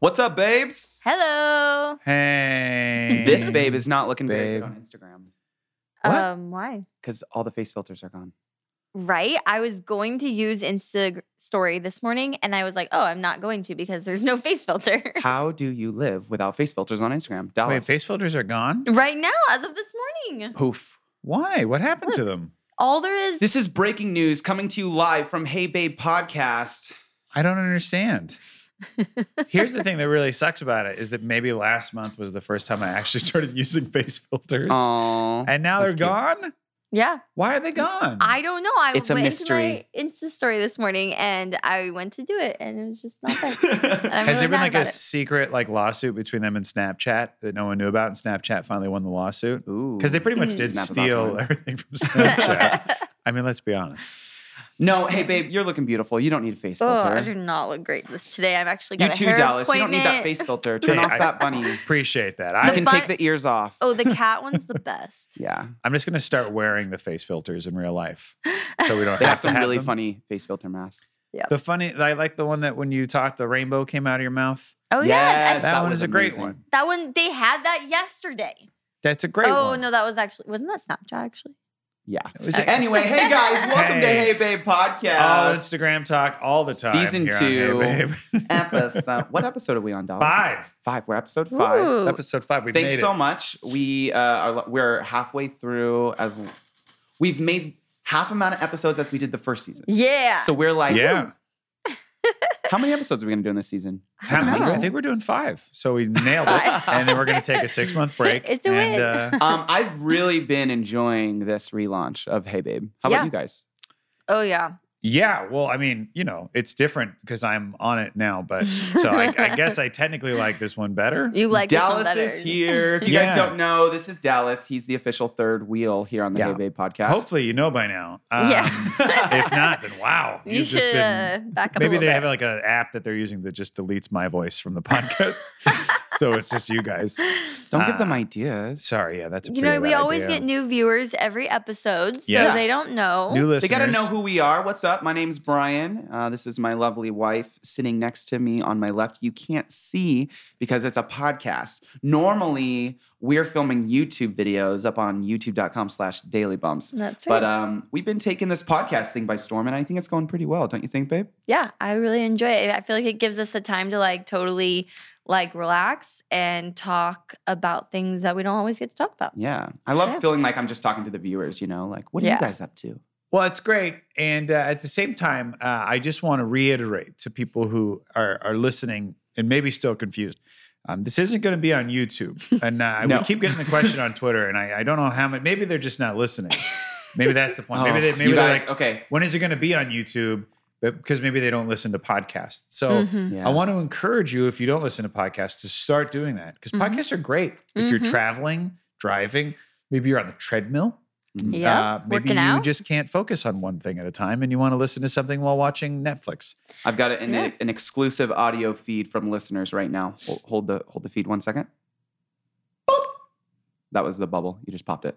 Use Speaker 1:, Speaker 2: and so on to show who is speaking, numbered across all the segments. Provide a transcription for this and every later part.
Speaker 1: What's up, babes?
Speaker 2: Hello.
Speaker 3: Hey.
Speaker 1: This babe is not looking very
Speaker 3: Babe.
Speaker 1: good on Instagram
Speaker 3: What?
Speaker 2: Um, why?
Speaker 1: because all the face filters are gone.
Speaker 2: Right? I was going to use Insta story this morning and I was like, oh, I'm not going to because there's no face filter.
Speaker 1: How do you live without face filters on Instagram? Dallas.
Speaker 3: Wait, face filters are gone?
Speaker 2: right now, as of this morning.
Speaker 1: Poof.
Speaker 3: Why? What happened to them?
Speaker 2: All there is
Speaker 1: Oh. This is breaking news coming to you live from Hey Babe Podcast.
Speaker 3: I don't understand. Here's the thing that really sucks about it is that maybe last month was the first time I actually started using face filters.
Speaker 1: Aww.
Speaker 3: And now they're
Speaker 1: That's
Speaker 3: gone?
Speaker 2: Yeah.
Speaker 3: Why are they gone?
Speaker 2: I don't know. I
Speaker 1: Mm. It's a
Speaker 2: went
Speaker 1: mystery.
Speaker 2: into my Insta story this morning and I went to do it and it was just not there. And I'm
Speaker 3: Has
Speaker 2: really
Speaker 3: there been
Speaker 2: mad
Speaker 3: like a
Speaker 2: about it.
Speaker 3: secret like lawsuit between them and Snapchat that no one knew about and Snapchat finally won the lawsuit?
Speaker 1: Ooh.
Speaker 3: Because they pretty much
Speaker 2: Mm.
Speaker 3: did
Speaker 1: Snap about
Speaker 3: steal
Speaker 1: time.
Speaker 3: everything from Snapchat. I mean, let's be honest.
Speaker 1: No, hey babe, you're looking beautiful. You don't need a face
Speaker 2: Oh,
Speaker 1: filter.
Speaker 2: I do not look great this- today. I've actually got
Speaker 1: you
Speaker 2: a
Speaker 1: too,
Speaker 2: hair
Speaker 1: Dallas. You don't
Speaker 2: appointment.
Speaker 1: need that face filter. Turn
Speaker 3: Hey,
Speaker 1: off
Speaker 3: I-
Speaker 1: that bunny.
Speaker 3: Appreciate that.
Speaker 1: I
Speaker 3: I,
Speaker 1: can
Speaker 2: bu-
Speaker 1: take the ears off.
Speaker 2: Oh, the cat one's the best.
Speaker 1: Yeah.
Speaker 3: I'm just going to start wearing the face filters in real life, so we don't
Speaker 1: They have
Speaker 3: have to
Speaker 1: some
Speaker 3: have
Speaker 1: really
Speaker 3: them.
Speaker 1: funny face filter masks.
Speaker 3: The funny, I like the one that when you talk, the rainbow came out of your mouth.
Speaker 2: Oh yeah. I-
Speaker 1: Yes.
Speaker 3: That,
Speaker 1: that
Speaker 3: one
Speaker 1: was
Speaker 3: is a great
Speaker 1: amazing.
Speaker 3: one.
Speaker 2: that one they had that yesterday.
Speaker 3: That's a great one.
Speaker 2: oh no, that was actually wasn't that Snapchat actually?
Speaker 1: Yeah.
Speaker 3: It was a-
Speaker 1: Anyway, hey guys, welcome
Speaker 3: Hey. Oh,
Speaker 1: to Hey Babe Podcast.
Speaker 3: all Instagram talk all the time.
Speaker 1: Season
Speaker 3: here on Hey
Speaker 1: two.
Speaker 3: Babe.
Speaker 1: episode. What episode are we on, Dallas?
Speaker 3: five.
Speaker 1: Five. We're episode five.
Speaker 2: Ooh.
Speaker 3: Episode five. We
Speaker 1: Thanks
Speaker 3: made
Speaker 1: so
Speaker 3: it.
Speaker 1: much. We uh, are we're halfway through as we've made half amount of episodes as we did the first season.
Speaker 2: Yeah.
Speaker 1: So we're like,
Speaker 3: Yeah.
Speaker 1: How many episodes are we gonna do in this season?
Speaker 3: How
Speaker 2: don't
Speaker 3: many?
Speaker 2: know.
Speaker 3: I think we're doing five. So we nailed it.
Speaker 2: Five.
Speaker 3: and then we're going to take a six month break.
Speaker 2: It's a
Speaker 3: and,
Speaker 2: win.
Speaker 3: Uh,
Speaker 1: Um, I've really been enjoying this relaunch of Hey Babe. How about
Speaker 2: Yeah.
Speaker 1: you guys?
Speaker 2: oh yeah.
Speaker 3: yeah. Well, I mean, you know, it's different because I'm on it now. But so I, I guess I technically like this one better.
Speaker 2: You like
Speaker 1: Dallas
Speaker 2: this one better.
Speaker 1: is here. If you
Speaker 3: Yeah.
Speaker 1: guys don't know, this is Dallas. He's the official third wheel here on the
Speaker 3: Yeah.
Speaker 1: Hey Babe podcast.
Speaker 3: Hopefully, you know by now. Um,
Speaker 2: Yeah.
Speaker 3: if not, then wow.
Speaker 2: You
Speaker 3: you've just
Speaker 2: should
Speaker 3: been-
Speaker 2: uh, back up
Speaker 3: Maybe
Speaker 2: a little
Speaker 3: they
Speaker 2: bit.
Speaker 3: have like an app that they're using that just deletes my voice from the podcast. so it's just you guys.
Speaker 1: Don't give them
Speaker 3: Uh,
Speaker 1: ideas.
Speaker 3: Sorry, yeah, that's a
Speaker 2: you know,
Speaker 3: pretty
Speaker 2: we
Speaker 3: bad
Speaker 2: always
Speaker 3: idea.
Speaker 2: get new viewers every episode, so
Speaker 3: Yes.
Speaker 2: they don't know.
Speaker 3: new
Speaker 1: They
Speaker 3: listeners.
Speaker 1: got to know who we are. What's up? My name's Brian. Uh, this is my lovely wife sitting next to me on my left. You can't see because it's a podcast. Normally, we're filming YouTube videos up on youtube.com slash daily bumps.
Speaker 2: That's right.
Speaker 1: But um, we've been taking this podcast thing by storm, and I think it's going pretty well, don't you think, babe?
Speaker 2: yeah, I really enjoy it. I feel like it gives us a time to like totally like relax and talk about things that we don't always get to talk about.
Speaker 1: Yeah. I love
Speaker 2: Yeah.
Speaker 1: feeling like I'm just talking to the viewers, you know, like, what are
Speaker 2: Yeah.
Speaker 1: you guys up to?
Speaker 3: Well, it's great. And uh, at the same time, uh, I just want to reiterate to people who are, are listening and maybe still confused. Um, this isn't going to be on YouTube. And uh,
Speaker 1: No.
Speaker 3: we keep getting the question on Twitter, and I, I don't know how much. Maybe they're just not listening. Maybe that's the point. Maybe, they,
Speaker 1: Oh,
Speaker 3: maybe
Speaker 1: you
Speaker 3: they're
Speaker 1: guys,
Speaker 3: like,
Speaker 1: okay.
Speaker 3: when is it going to be on YouTube? But because maybe they don't listen to podcasts. So
Speaker 2: Mhm.
Speaker 1: Yeah.
Speaker 3: I want to encourage you, if you don't listen to podcasts, to start doing that because
Speaker 2: Mhm.
Speaker 3: podcasts are great. If you're
Speaker 2: Mhm.
Speaker 3: traveling, driving, maybe you're on the treadmill.
Speaker 1: Mhm.
Speaker 2: Yeah,
Speaker 3: Uh, maybe
Speaker 2: working
Speaker 3: you
Speaker 2: out.
Speaker 3: just can't focus on one thing at a time and you want to listen to something while watching Netflix.
Speaker 1: I've got an,
Speaker 2: Yeah.
Speaker 1: an exclusive audio feed from listeners right now. Hold, hold the hold the feed one second. Boop. That was the bubble. You just popped it.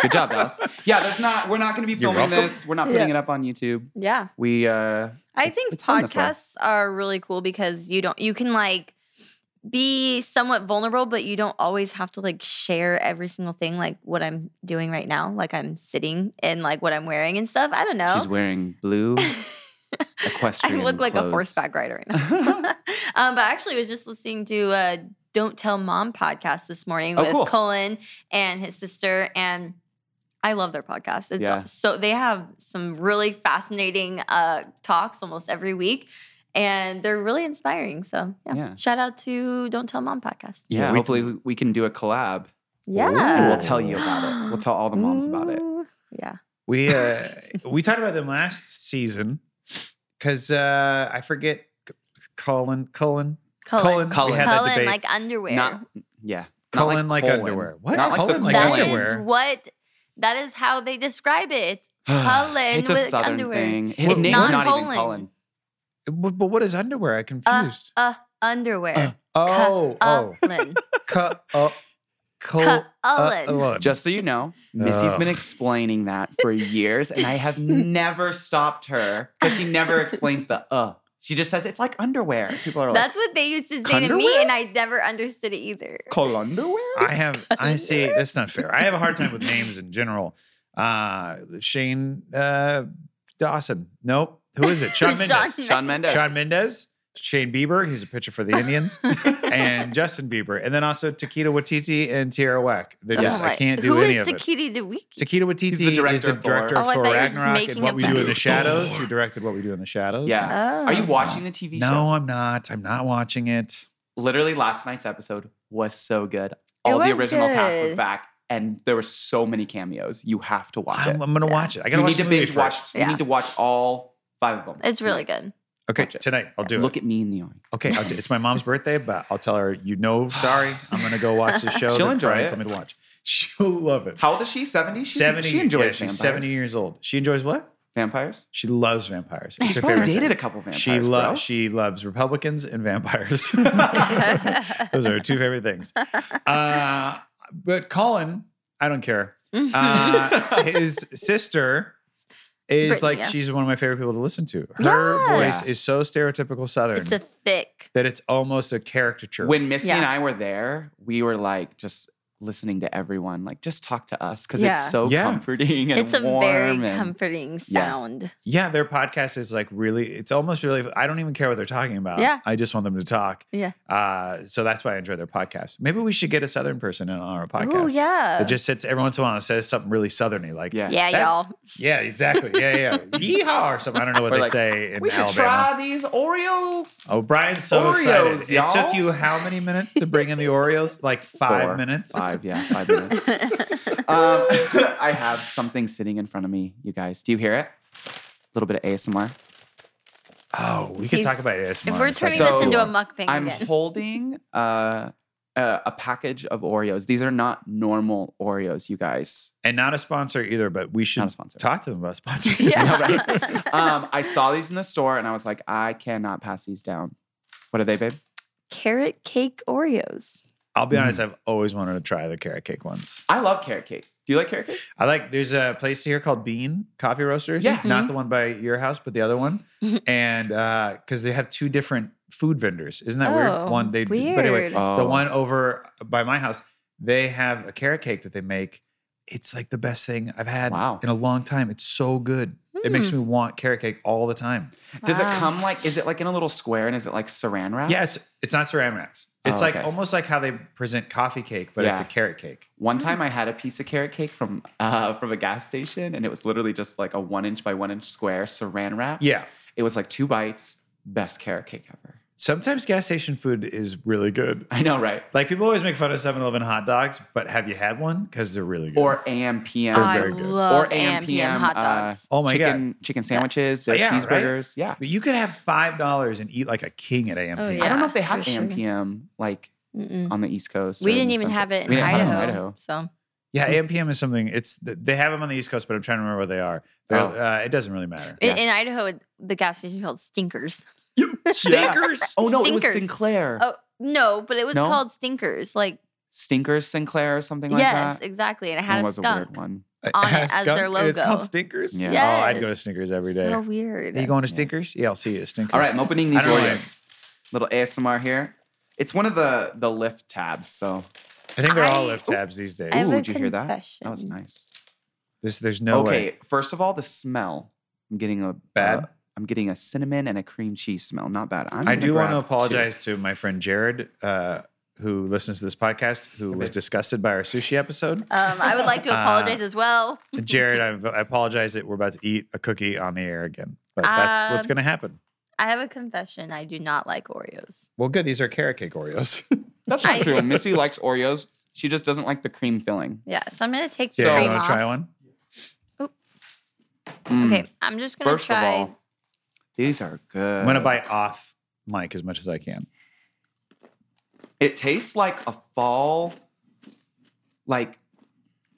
Speaker 1: Good job, Dallas. Yeah, there's not. We're not going to be
Speaker 3: You're
Speaker 1: filming
Speaker 3: welcome.
Speaker 1: this. We're not putting
Speaker 2: Yeah.
Speaker 1: it up on YouTube.
Speaker 2: Yeah.
Speaker 1: We uh,
Speaker 2: I
Speaker 1: It's-
Speaker 2: think
Speaker 1: it's fun this way.
Speaker 2: podcasts are really cool because you don't you can like be somewhat vulnerable, but you don't always have to like share every single thing, like what I'm doing right now, like I'm sitting and like what I'm wearing and stuff. I don't know.
Speaker 1: she's wearing blue
Speaker 2: I
Speaker 1: equestrian.
Speaker 2: look like a
Speaker 1: clothes.
Speaker 2: horseback rider right now. um, but I actually was just listening to uh, Don't Tell Mom podcast this morning
Speaker 1: Oh,
Speaker 2: with
Speaker 1: cool.
Speaker 2: Colin and his sister and. I love their podcast. It's
Speaker 1: Yeah.
Speaker 2: so they have some really fascinating uh, talks almost every week, and they're really inspiring. So yeah.
Speaker 1: Yeah.
Speaker 2: shout out to Don't Tell Mom podcast.
Speaker 1: Yeah,
Speaker 3: Yeah, we
Speaker 1: hopefully we can do a collab. And
Speaker 2: Yeah,
Speaker 1: we'll tell you about it. We'll tell all the moms about it.
Speaker 2: Ooh. Yeah,
Speaker 3: We uh, we talked about them last season because uh, I forget C- Colin Colin
Speaker 2: Colin,
Speaker 1: Colin.
Speaker 3: we had that
Speaker 2: Colin
Speaker 3: debate.
Speaker 2: like underwear.
Speaker 1: Not yeah. not
Speaker 3: Colin like,
Speaker 1: colon.
Speaker 3: underwear. What
Speaker 1: Not like
Speaker 3: Colin
Speaker 1: the
Speaker 3: like,
Speaker 2: That is
Speaker 1: colon.
Speaker 3: underwear?
Speaker 2: what. That is how they describe it. Colin
Speaker 1: it's a
Speaker 2: with
Speaker 1: southern
Speaker 2: underwear.
Speaker 1: thing. His
Speaker 3: It's
Speaker 1: name's
Speaker 3: not
Speaker 1: not, even
Speaker 2: colon.
Speaker 1: Colin.
Speaker 3: But, but what is underwear? I
Speaker 2: Uh,
Speaker 3: confused.
Speaker 2: uh, underwear. Uh,
Speaker 3: oh oh
Speaker 2: Colin.
Speaker 3: co- oh Col- uh, oh,
Speaker 2: Colin.
Speaker 3: Colin.
Speaker 1: Just so you know, Missy's been
Speaker 3: Ugh.
Speaker 1: explaining that for years, and I have never stopped her because she never explains the uh She just says it's like underwear. People are
Speaker 2: That's what they used to say to me,
Speaker 1: Underwear?
Speaker 2: and I never understood it either.
Speaker 1: like, call underwear?
Speaker 3: I have. I see. That's not fair. I have a hard time with names in general. Uh, Shane uh, Dawson. Nope. Who is it? Sean Mendes.
Speaker 1: Shawn Mendes.
Speaker 3: Sean Mendes. Shane Bieber. He's a pitcher for the Indians. and Justin Bieber. And then also Takeda Watiti and Tierra Whack. They
Speaker 2: Oh
Speaker 3: just. I
Speaker 2: my-
Speaker 3: can't do
Speaker 2: Who
Speaker 3: any
Speaker 2: is
Speaker 3: of it.
Speaker 2: Takeda DeWiki?
Speaker 3: Takeda Watiti
Speaker 1: He's the director
Speaker 3: is the
Speaker 1: of Thor.
Speaker 3: director of
Speaker 2: Oh, I
Speaker 3: Thor
Speaker 2: thought you were just
Speaker 3: Ragnarok and
Speaker 2: making
Speaker 3: What We
Speaker 2: up
Speaker 3: Do in
Speaker 2: that.
Speaker 3: the Shadows. Who directed What We Do in the Shadows?
Speaker 2: Oh.
Speaker 1: Yeah. Are you watching the TV show?
Speaker 3: No, I'm not. I'm not watching it.
Speaker 1: Literally, last night's episode was so good. All the
Speaker 2: was
Speaker 1: original cast was
Speaker 2: good.
Speaker 1: back, and there were so many cameos. You have to watch
Speaker 3: I'm,
Speaker 1: it.
Speaker 3: I'm gonna
Speaker 2: Yeah.
Speaker 3: watch it. I gotta
Speaker 1: You
Speaker 3: watch
Speaker 1: need to
Speaker 3: the movie
Speaker 1: binge watch.
Speaker 3: first.
Speaker 1: You
Speaker 2: Yeah.
Speaker 1: need to watch all five of them.
Speaker 2: It's really good.
Speaker 3: Okay,
Speaker 1: Watch it.
Speaker 3: tonight I'll do it.
Speaker 1: Look at me in the eye.
Speaker 3: Okay, I'll do, it's my mom's birthday, but I'll tell her, you know, sorry, I'm gonna go watch the show.
Speaker 1: She'll
Speaker 3: that
Speaker 1: enjoy
Speaker 3: Brian
Speaker 1: it.
Speaker 3: Told me to watch. She'll love it.
Speaker 1: How old is she? Seventy. She's-
Speaker 3: seventy.
Speaker 1: She enjoys
Speaker 3: yeah,
Speaker 1: vampires.
Speaker 3: she's seventy years old. She enjoys what?
Speaker 1: Vampires.
Speaker 3: She loves vampires. It's
Speaker 1: She's
Speaker 3: her
Speaker 1: probably
Speaker 3: favorite
Speaker 1: dated a
Speaker 3: thing.
Speaker 1: couple vampires.
Speaker 3: She
Speaker 1: bro.
Speaker 3: loves. She loves Republicans and vampires. Those are her two favorite things. Uh, but Colin, I don't care.
Speaker 2: Mm-hmm.
Speaker 3: Uh, his sister is
Speaker 2: Brittany,
Speaker 3: like
Speaker 2: yeah.
Speaker 3: she's one of my favorite people to listen to. Her
Speaker 2: Yeah.
Speaker 3: voice is so stereotypical Southern
Speaker 2: It's a thick.
Speaker 3: that it's almost a caricature.
Speaker 1: When Missy and
Speaker 2: Yeah.
Speaker 1: I were there, we were like just listening to everyone, like just talk to us because
Speaker 2: Yeah.
Speaker 1: it's so
Speaker 3: Yeah.
Speaker 1: comforting and
Speaker 2: It's a
Speaker 1: warm.
Speaker 2: very
Speaker 1: and-
Speaker 2: comforting sound.
Speaker 3: yeah, their podcast is like really. It's almost really. I don't even care what they're talking about.
Speaker 2: Yeah.
Speaker 3: I just want them to talk.
Speaker 2: Yeah.
Speaker 3: Uh, so that's why I enjoy their podcast. Maybe we should get a Southern person in on our
Speaker 2: Oh
Speaker 3: podcast.
Speaker 2: yeah.
Speaker 3: It just sits every once in a while and says something really southerny, like
Speaker 1: yeah.
Speaker 2: yeah,
Speaker 3: That-
Speaker 2: y'all.
Speaker 3: yeah, exactly, yeah, yeah, yeehaw or something. I don't know what
Speaker 1: Or
Speaker 3: they
Speaker 1: like,
Speaker 3: say in
Speaker 1: We should
Speaker 3: Alabama.
Speaker 1: try these Oreo.
Speaker 3: Oh, Brian's so
Speaker 1: Oreos,
Speaker 3: excited.
Speaker 1: y'all.
Speaker 3: It took you how many minutes to bring in the Oreos? Like five
Speaker 1: Four.
Speaker 3: minutes.
Speaker 1: Five, yeah, five minutes. Um, I have something sitting in front of me, you guys. Do you hear it? A little bit of ASMR.
Speaker 3: Oh, we could
Speaker 2: He's-
Speaker 3: talk about
Speaker 2: If
Speaker 3: ASMR. in
Speaker 2: we're
Speaker 3: a
Speaker 2: turning
Speaker 3: second.
Speaker 1: So,
Speaker 2: this into a mukbang
Speaker 1: I'm
Speaker 2: again,
Speaker 1: holding uh, a, a package of Oreos. These are not normal Oreos, you guys.
Speaker 3: and not a sponsor either, but
Speaker 1: Not
Speaker 3: we
Speaker 1: a
Speaker 3: should
Speaker 1: sponsor.
Speaker 3: talk to them about sponsors.
Speaker 2: Yeah.
Speaker 1: um, I saw these in the store and I was like, I cannot pass these down. What are they, babe?
Speaker 2: carrot cake Oreos.
Speaker 3: I'll be honest, I've always wanted to try the carrot cake ones.
Speaker 1: I love carrot cake. Do you like carrot cake?
Speaker 3: I like there's a place here called Bean Coffee Roasters.
Speaker 1: Yeah.
Speaker 2: Mm-hmm.
Speaker 3: Not the one by your house, but the other one. and uh, because they have two different food vendors. Isn't that
Speaker 2: Oh,
Speaker 3: weird? One they but anyway,
Speaker 2: weird.
Speaker 1: Oh.
Speaker 3: the one over by my house, they have a carrot cake that they make. It's like the best thing I've had
Speaker 1: Wow.
Speaker 3: in a long time. It's so good. It makes
Speaker 2: Hmm.
Speaker 3: me want carrot cake all the time.
Speaker 1: Does it
Speaker 2: Wow.
Speaker 1: come like, is it like in a little square and is it like saran wrap?
Speaker 3: Yeah, it's it's not saran wraps. It's
Speaker 1: Oh,
Speaker 3: like
Speaker 1: okay.
Speaker 3: almost like how they present coffee cake, but it's a
Speaker 1: Yeah.
Speaker 3: carrot cake.
Speaker 2: Mm.
Speaker 1: One time I had a piece of carrot cake from uh, from a gas station and it was literally just like a one inch by one inch square saran wrap.
Speaker 3: Yeah.
Speaker 1: It was like two bites, best carrot cake ever.
Speaker 3: Sometimes gas station food is really good.
Speaker 1: I know, right?
Speaker 3: Like people always make fun of 7-Eleven hot dogs, but have you had one? Because they're really good.
Speaker 1: Or AM PM.
Speaker 3: They're
Speaker 2: I
Speaker 3: very good.
Speaker 2: love
Speaker 1: or AM PM
Speaker 2: hot
Speaker 1: uh,
Speaker 2: dogs.
Speaker 3: Oh my God.
Speaker 1: chicken, Chicken sandwiches, the
Speaker 3: Yeah, right?
Speaker 1: cheeseburgers. Yeah.
Speaker 3: but you could have five dollars and eat like a king at AMP.
Speaker 2: Oh,
Speaker 1: I
Speaker 2: yeah.
Speaker 1: don't know if they
Speaker 2: for
Speaker 1: have AM
Speaker 2: sure.
Speaker 1: PM like
Speaker 2: Mm-mm.
Speaker 1: on the East Coast.
Speaker 2: we
Speaker 1: or
Speaker 2: didn't
Speaker 1: the
Speaker 2: even
Speaker 1: Central-
Speaker 2: have it in
Speaker 1: We didn't have
Speaker 2: Idaho,
Speaker 1: in Idaho.
Speaker 2: So
Speaker 3: Yeah, AMPM is something. It's they have them on the East Coast, but I'm trying to remember where they are. They're-
Speaker 1: Oh.
Speaker 3: Uh, it doesn't really matter.
Speaker 1: Yeah.
Speaker 2: in, in Idaho, it- the gas station is called Stinkers.
Speaker 3: Stinkers.
Speaker 1: Oh no, it was
Speaker 2: Stinkers.
Speaker 1: Sinclair.
Speaker 2: Oh no, but it was
Speaker 1: No?
Speaker 2: called Stinkers. Like
Speaker 1: Stinkers Sinclair or something like
Speaker 2: yes,
Speaker 1: that.
Speaker 2: exactly. And it
Speaker 1: That
Speaker 2: had a
Speaker 1: was a
Speaker 2: skunk.
Speaker 1: weird one.
Speaker 2: on it as their
Speaker 3: And it's called
Speaker 2: logo.
Speaker 3: Stinkers.
Speaker 1: Yeah.
Speaker 3: Oh, I'd go to
Speaker 2: Yes.
Speaker 3: Stinkers every day.
Speaker 2: So
Speaker 3: Are
Speaker 2: weird.
Speaker 3: you going to
Speaker 1: Yeah.
Speaker 3: Stinkers? Yeah, I'll see you at Stinkers.
Speaker 1: All right, I'm opening these
Speaker 3: I don't know.
Speaker 1: Oreos. Little ASMR here. It's one of the the lift tabs, so
Speaker 3: I think they're all
Speaker 2: I-
Speaker 3: lift tabs these days.
Speaker 2: I have
Speaker 1: Ooh,
Speaker 2: a
Speaker 1: did you hear that? That was
Speaker 2: confession.
Speaker 1: nice.
Speaker 3: This, there's no
Speaker 1: okay,
Speaker 3: way.
Speaker 1: first of all, the smell. I'm getting a
Speaker 3: Bad?
Speaker 1: uh, I'm getting a cinnamon and a cream cheese smell. Not bad. I'm
Speaker 3: I
Speaker 1: gonna
Speaker 3: do want
Speaker 1: grab
Speaker 3: to
Speaker 1: two.
Speaker 3: apologize to my friend Jared, uh, who listens to this podcast, who was
Speaker 1: babe.
Speaker 3: disgusted by our sushi episode.
Speaker 2: Um, I would like to
Speaker 3: Uh,
Speaker 2: apologize as well.
Speaker 3: Jared, I, I apologize that we're about to eat a cookie on the air again, but that's what's
Speaker 2: Um,
Speaker 3: going to happen.
Speaker 2: I have a confession. I do not like Oreos.
Speaker 3: Well, good. These are carrot cake Oreos.
Speaker 1: That's not
Speaker 2: I-
Speaker 1: true. Missy likes Oreos. She just doesn't like the cream filling.
Speaker 2: Yeah, so I'm gonna take
Speaker 3: Yeah,
Speaker 1: So-
Speaker 2: cream
Speaker 3: you want
Speaker 2: off.
Speaker 3: to try one?
Speaker 1: Mm.
Speaker 2: Okay, I'm just gonna
Speaker 1: First
Speaker 2: try.
Speaker 1: of all, these are good.
Speaker 3: I'm gonna buy off mic as much as I can.
Speaker 1: It tastes like a fall, like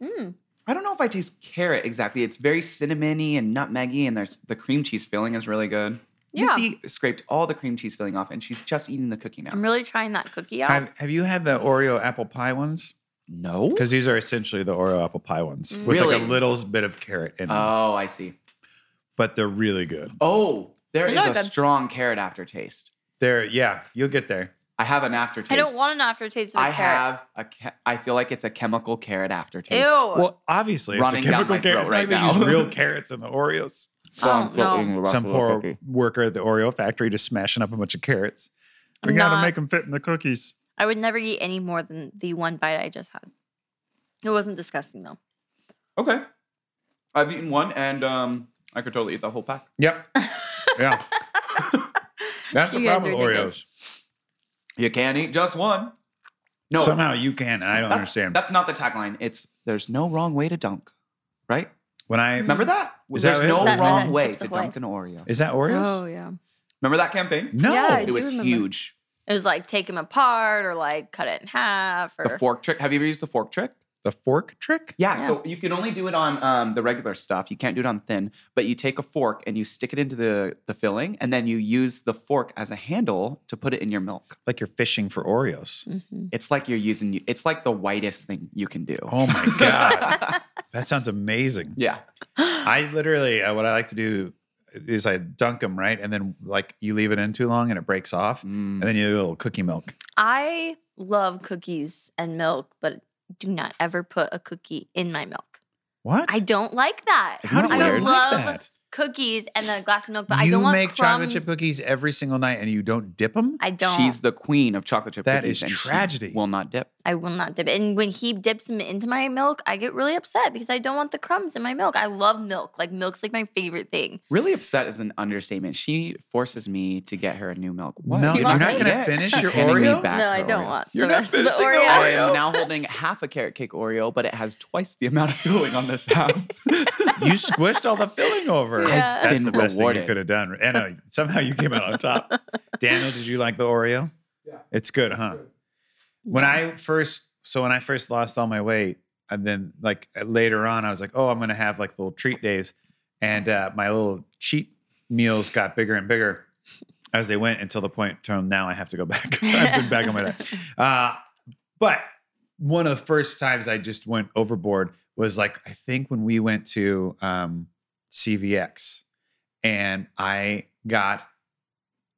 Speaker 2: Mm,
Speaker 1: I don't know if I taste carrot exactly. It's very cinnamony and nutmeggy, and there's the cream cheese filling is really good.
Speaker 2: Yeah.
Speaker 1: Missy scraped all the cream cheese filling off, and she's just eating the cookie now.
Speaker 2: I'm really trying that cookie out.
Speaker 3: Have, have you had the Oreo apple pie ones?
Speaker 1: no.
Speaker 3: Because these are essentially the Oreo apple pie ones with like
Speaker 1: Really?
Speaker 3: a little bit of carrot in them,
Speaker 1: Oh, I Oh, see.
Speaker 3: but they're really good.
Speaker 1: Oh, There
Speaker 2: It's
Speaker 1: is
Speaker 2: not
Speaker 1: a
Speaker 2: good.
Speaker 1: strong carrot aftertaste.
Speaker 3: There, yeah, you'll get there.
Speaker 1: I have an aftertaste.
Speaker 2: I don't want an aftertaste of a
Speaker 1: I
Speaker 2: carrot.
Speaker 1: have a. Ca- I feel like it's a chemical carrot
Speaker 2: Ew.
Speaker 1: aftertaste.
Speaker 3: Well, obviously,
Speaker 1: Running
Speaker 3: it's a
Speaker 1: down
Speaker 3: chemical
Speaker 1: my
Speaker 3: carrot.
Speaker 1: throat
Speaker 3: It's not
Speaker 1: right
Speaker 3: even
Speaker 1: now.
Speaker 3: use real carrots in the Oreos.
Speaker 2: I don't know.
Speaker 3: Some poor worker at the Oreo factory just smashing up a bunch of carrots. We
Speaker 2: I'm
Speaker 3: gotta
Speaker 2: not-
Speaker 3: make them fit in the cookies.
Speaker 2: I would never eat any more than the one bite I just had. It wasn't disgusting though.
Speaker 1: Okay. I've eaten one and um, I could totally eat the whole pack.
Speaker 3: Yep. yeah. That's the
Speaker 2: You guys
Speaker 3: problem
Speaker 2: are
Speaker 3: with Oreos.
Speaker 2: ridiculous.
Speaker 1: You can't eat just one. No.
Speaker 3: Somehow you can. I don't
Speaker 1: that's,
Speaker 3: understand.
Speaker 1: That's not the tagline. It's there's no wrong way to dunk, right?
Speaker 2: Mm-hmm.
Speaker 3: when I
Speaker 1: Remember that?
Speaker 3: Is that
Speaker 1: there's
Speaker 3: it?
Speaker 1: no
Speaker 2: That-
Speaker 1: wrong
Speaker 2: that
Speaker 1: way
Speaker 2: Chips
Speaker 1: to
Speaker 2: Ahoy.
Speaker 1: dunk an Oreo.
Speaker 3: is that Oreos?
Speaker 2: Oh yeah.
Speaker 1: Remember that campaign?
Speaker 3: No.
Speaker 2: Yeah, I
Speaker 1: it
Speaker 2: do
Speaker 1: was
Speaker 2: remember.
Speaker 1: huge.
Speaker 2: It was like take them apart or like cut it in half or
Speaker 1: The fork trick. Have you ever used the fork trick?
Speaker 3: the fork trick?
Speaker 1: Yeah,
Speaker 2: Yeah.
Speaker 1: so you can only do it on um, the regular stuff. You can't do it on thin, but you take a fork and you stick it into the, the filling, and then you use the fork as a handle to put it in your milk.
Speaker 3: Like you're fishing for Oreos.
Speaker 2: Mhm.
Speaker 1: It's like you're using, it's like the whitest thing you can do.
Speaker 3: Oh my god, that sounds amazing.
Speaker 1: Yeah.
Speaker 2: Mm-hmm.
Speaker 3: I literally, uh, what I like to do is I dunk them right, and then like you leave it in too long and it breaks off,
Speaker 1: Mm.
Speaker 3: and then you do a little cookie milk.
Speaker 2: I love cookies and milk, but do not ever put a cookie in my milk.
Speaker 3: What?
Speaker 2: I don't like that.
Speaker 1: Isn't that
Speaker 2: I
Speaker 1: weird?
Speaker 2: love cookies and a glass of milk, but I
Speaker 3: you
Speaker 2: don't want
Speaker 3: make chocolate
Speaker 2: crumbs.
Speaker 3: chip cookies every single night, and you don't dip them.
Speaker 2: I don't.
Speaker 1: She's the queen of chocolate chip
Speaker 3: That
Speaker 1: cookies.
Speaker 3: is
Speaker 1: and she
Speaker 3: tragedy.
Speaker 1: Will not dip.
Speaker 2: I will not dip it. And when he dips them into my milk, I get really upset because I don't want the crumbs in my milk. I love milk. Like milk's like my favorite thing.
Speaker 1: Really upset is an understatement. She forces me to get her a new milk.
Speaker 3: No,
Speaker 2: you're not
Speaker 1: gonna
Speaker 3: gonna
Speaker 1: eat it.
Speaker 3: finish
Speaker 1: She's
Speaker 3: your
Speaker 1: handing me
Speaker 3: Oreo?
Speaker 1: back
Speaker 2: no,
Speaker 1: her
Speaker 2: I don't
Speaker 1: Oreo.
Speaker 2: want
Speaker 3: You're
Speaker 2: the
Speaker 3: not
Speaker 2: rest of the
Speaker 3: finishing the
Speaker 2: Oreo.
Speaker 1: I
Speaker 3: Oreo?
Speaker 1: am now holding half a carrot cake Oreo, but it has twice the amount of filling on this half.
Speaker 3: you squished all the filling over.
Speaker 2: Yeah.
Speaker 3: That's
Speaker 1: Been
Speaker 3: the best thing
Speaker 1: rewarded.
Speaker 3: you could have done. And uh, somehow you came out on top. Daniel, did you like the Oreo?
Speaker 1: Yeah.
Speaker 3: It's good, huh? When I first, so when I first lost all my weight, and then like uh, later on, I was like, oh, I'm gonna have like little treat days, and uh, my little cheat meals got bigger and bigger as they went until the point till now I have to go back. I've been back on my diet. Uh, but one of the first times I just went overboard was like I think when we went to um, CVX, and I got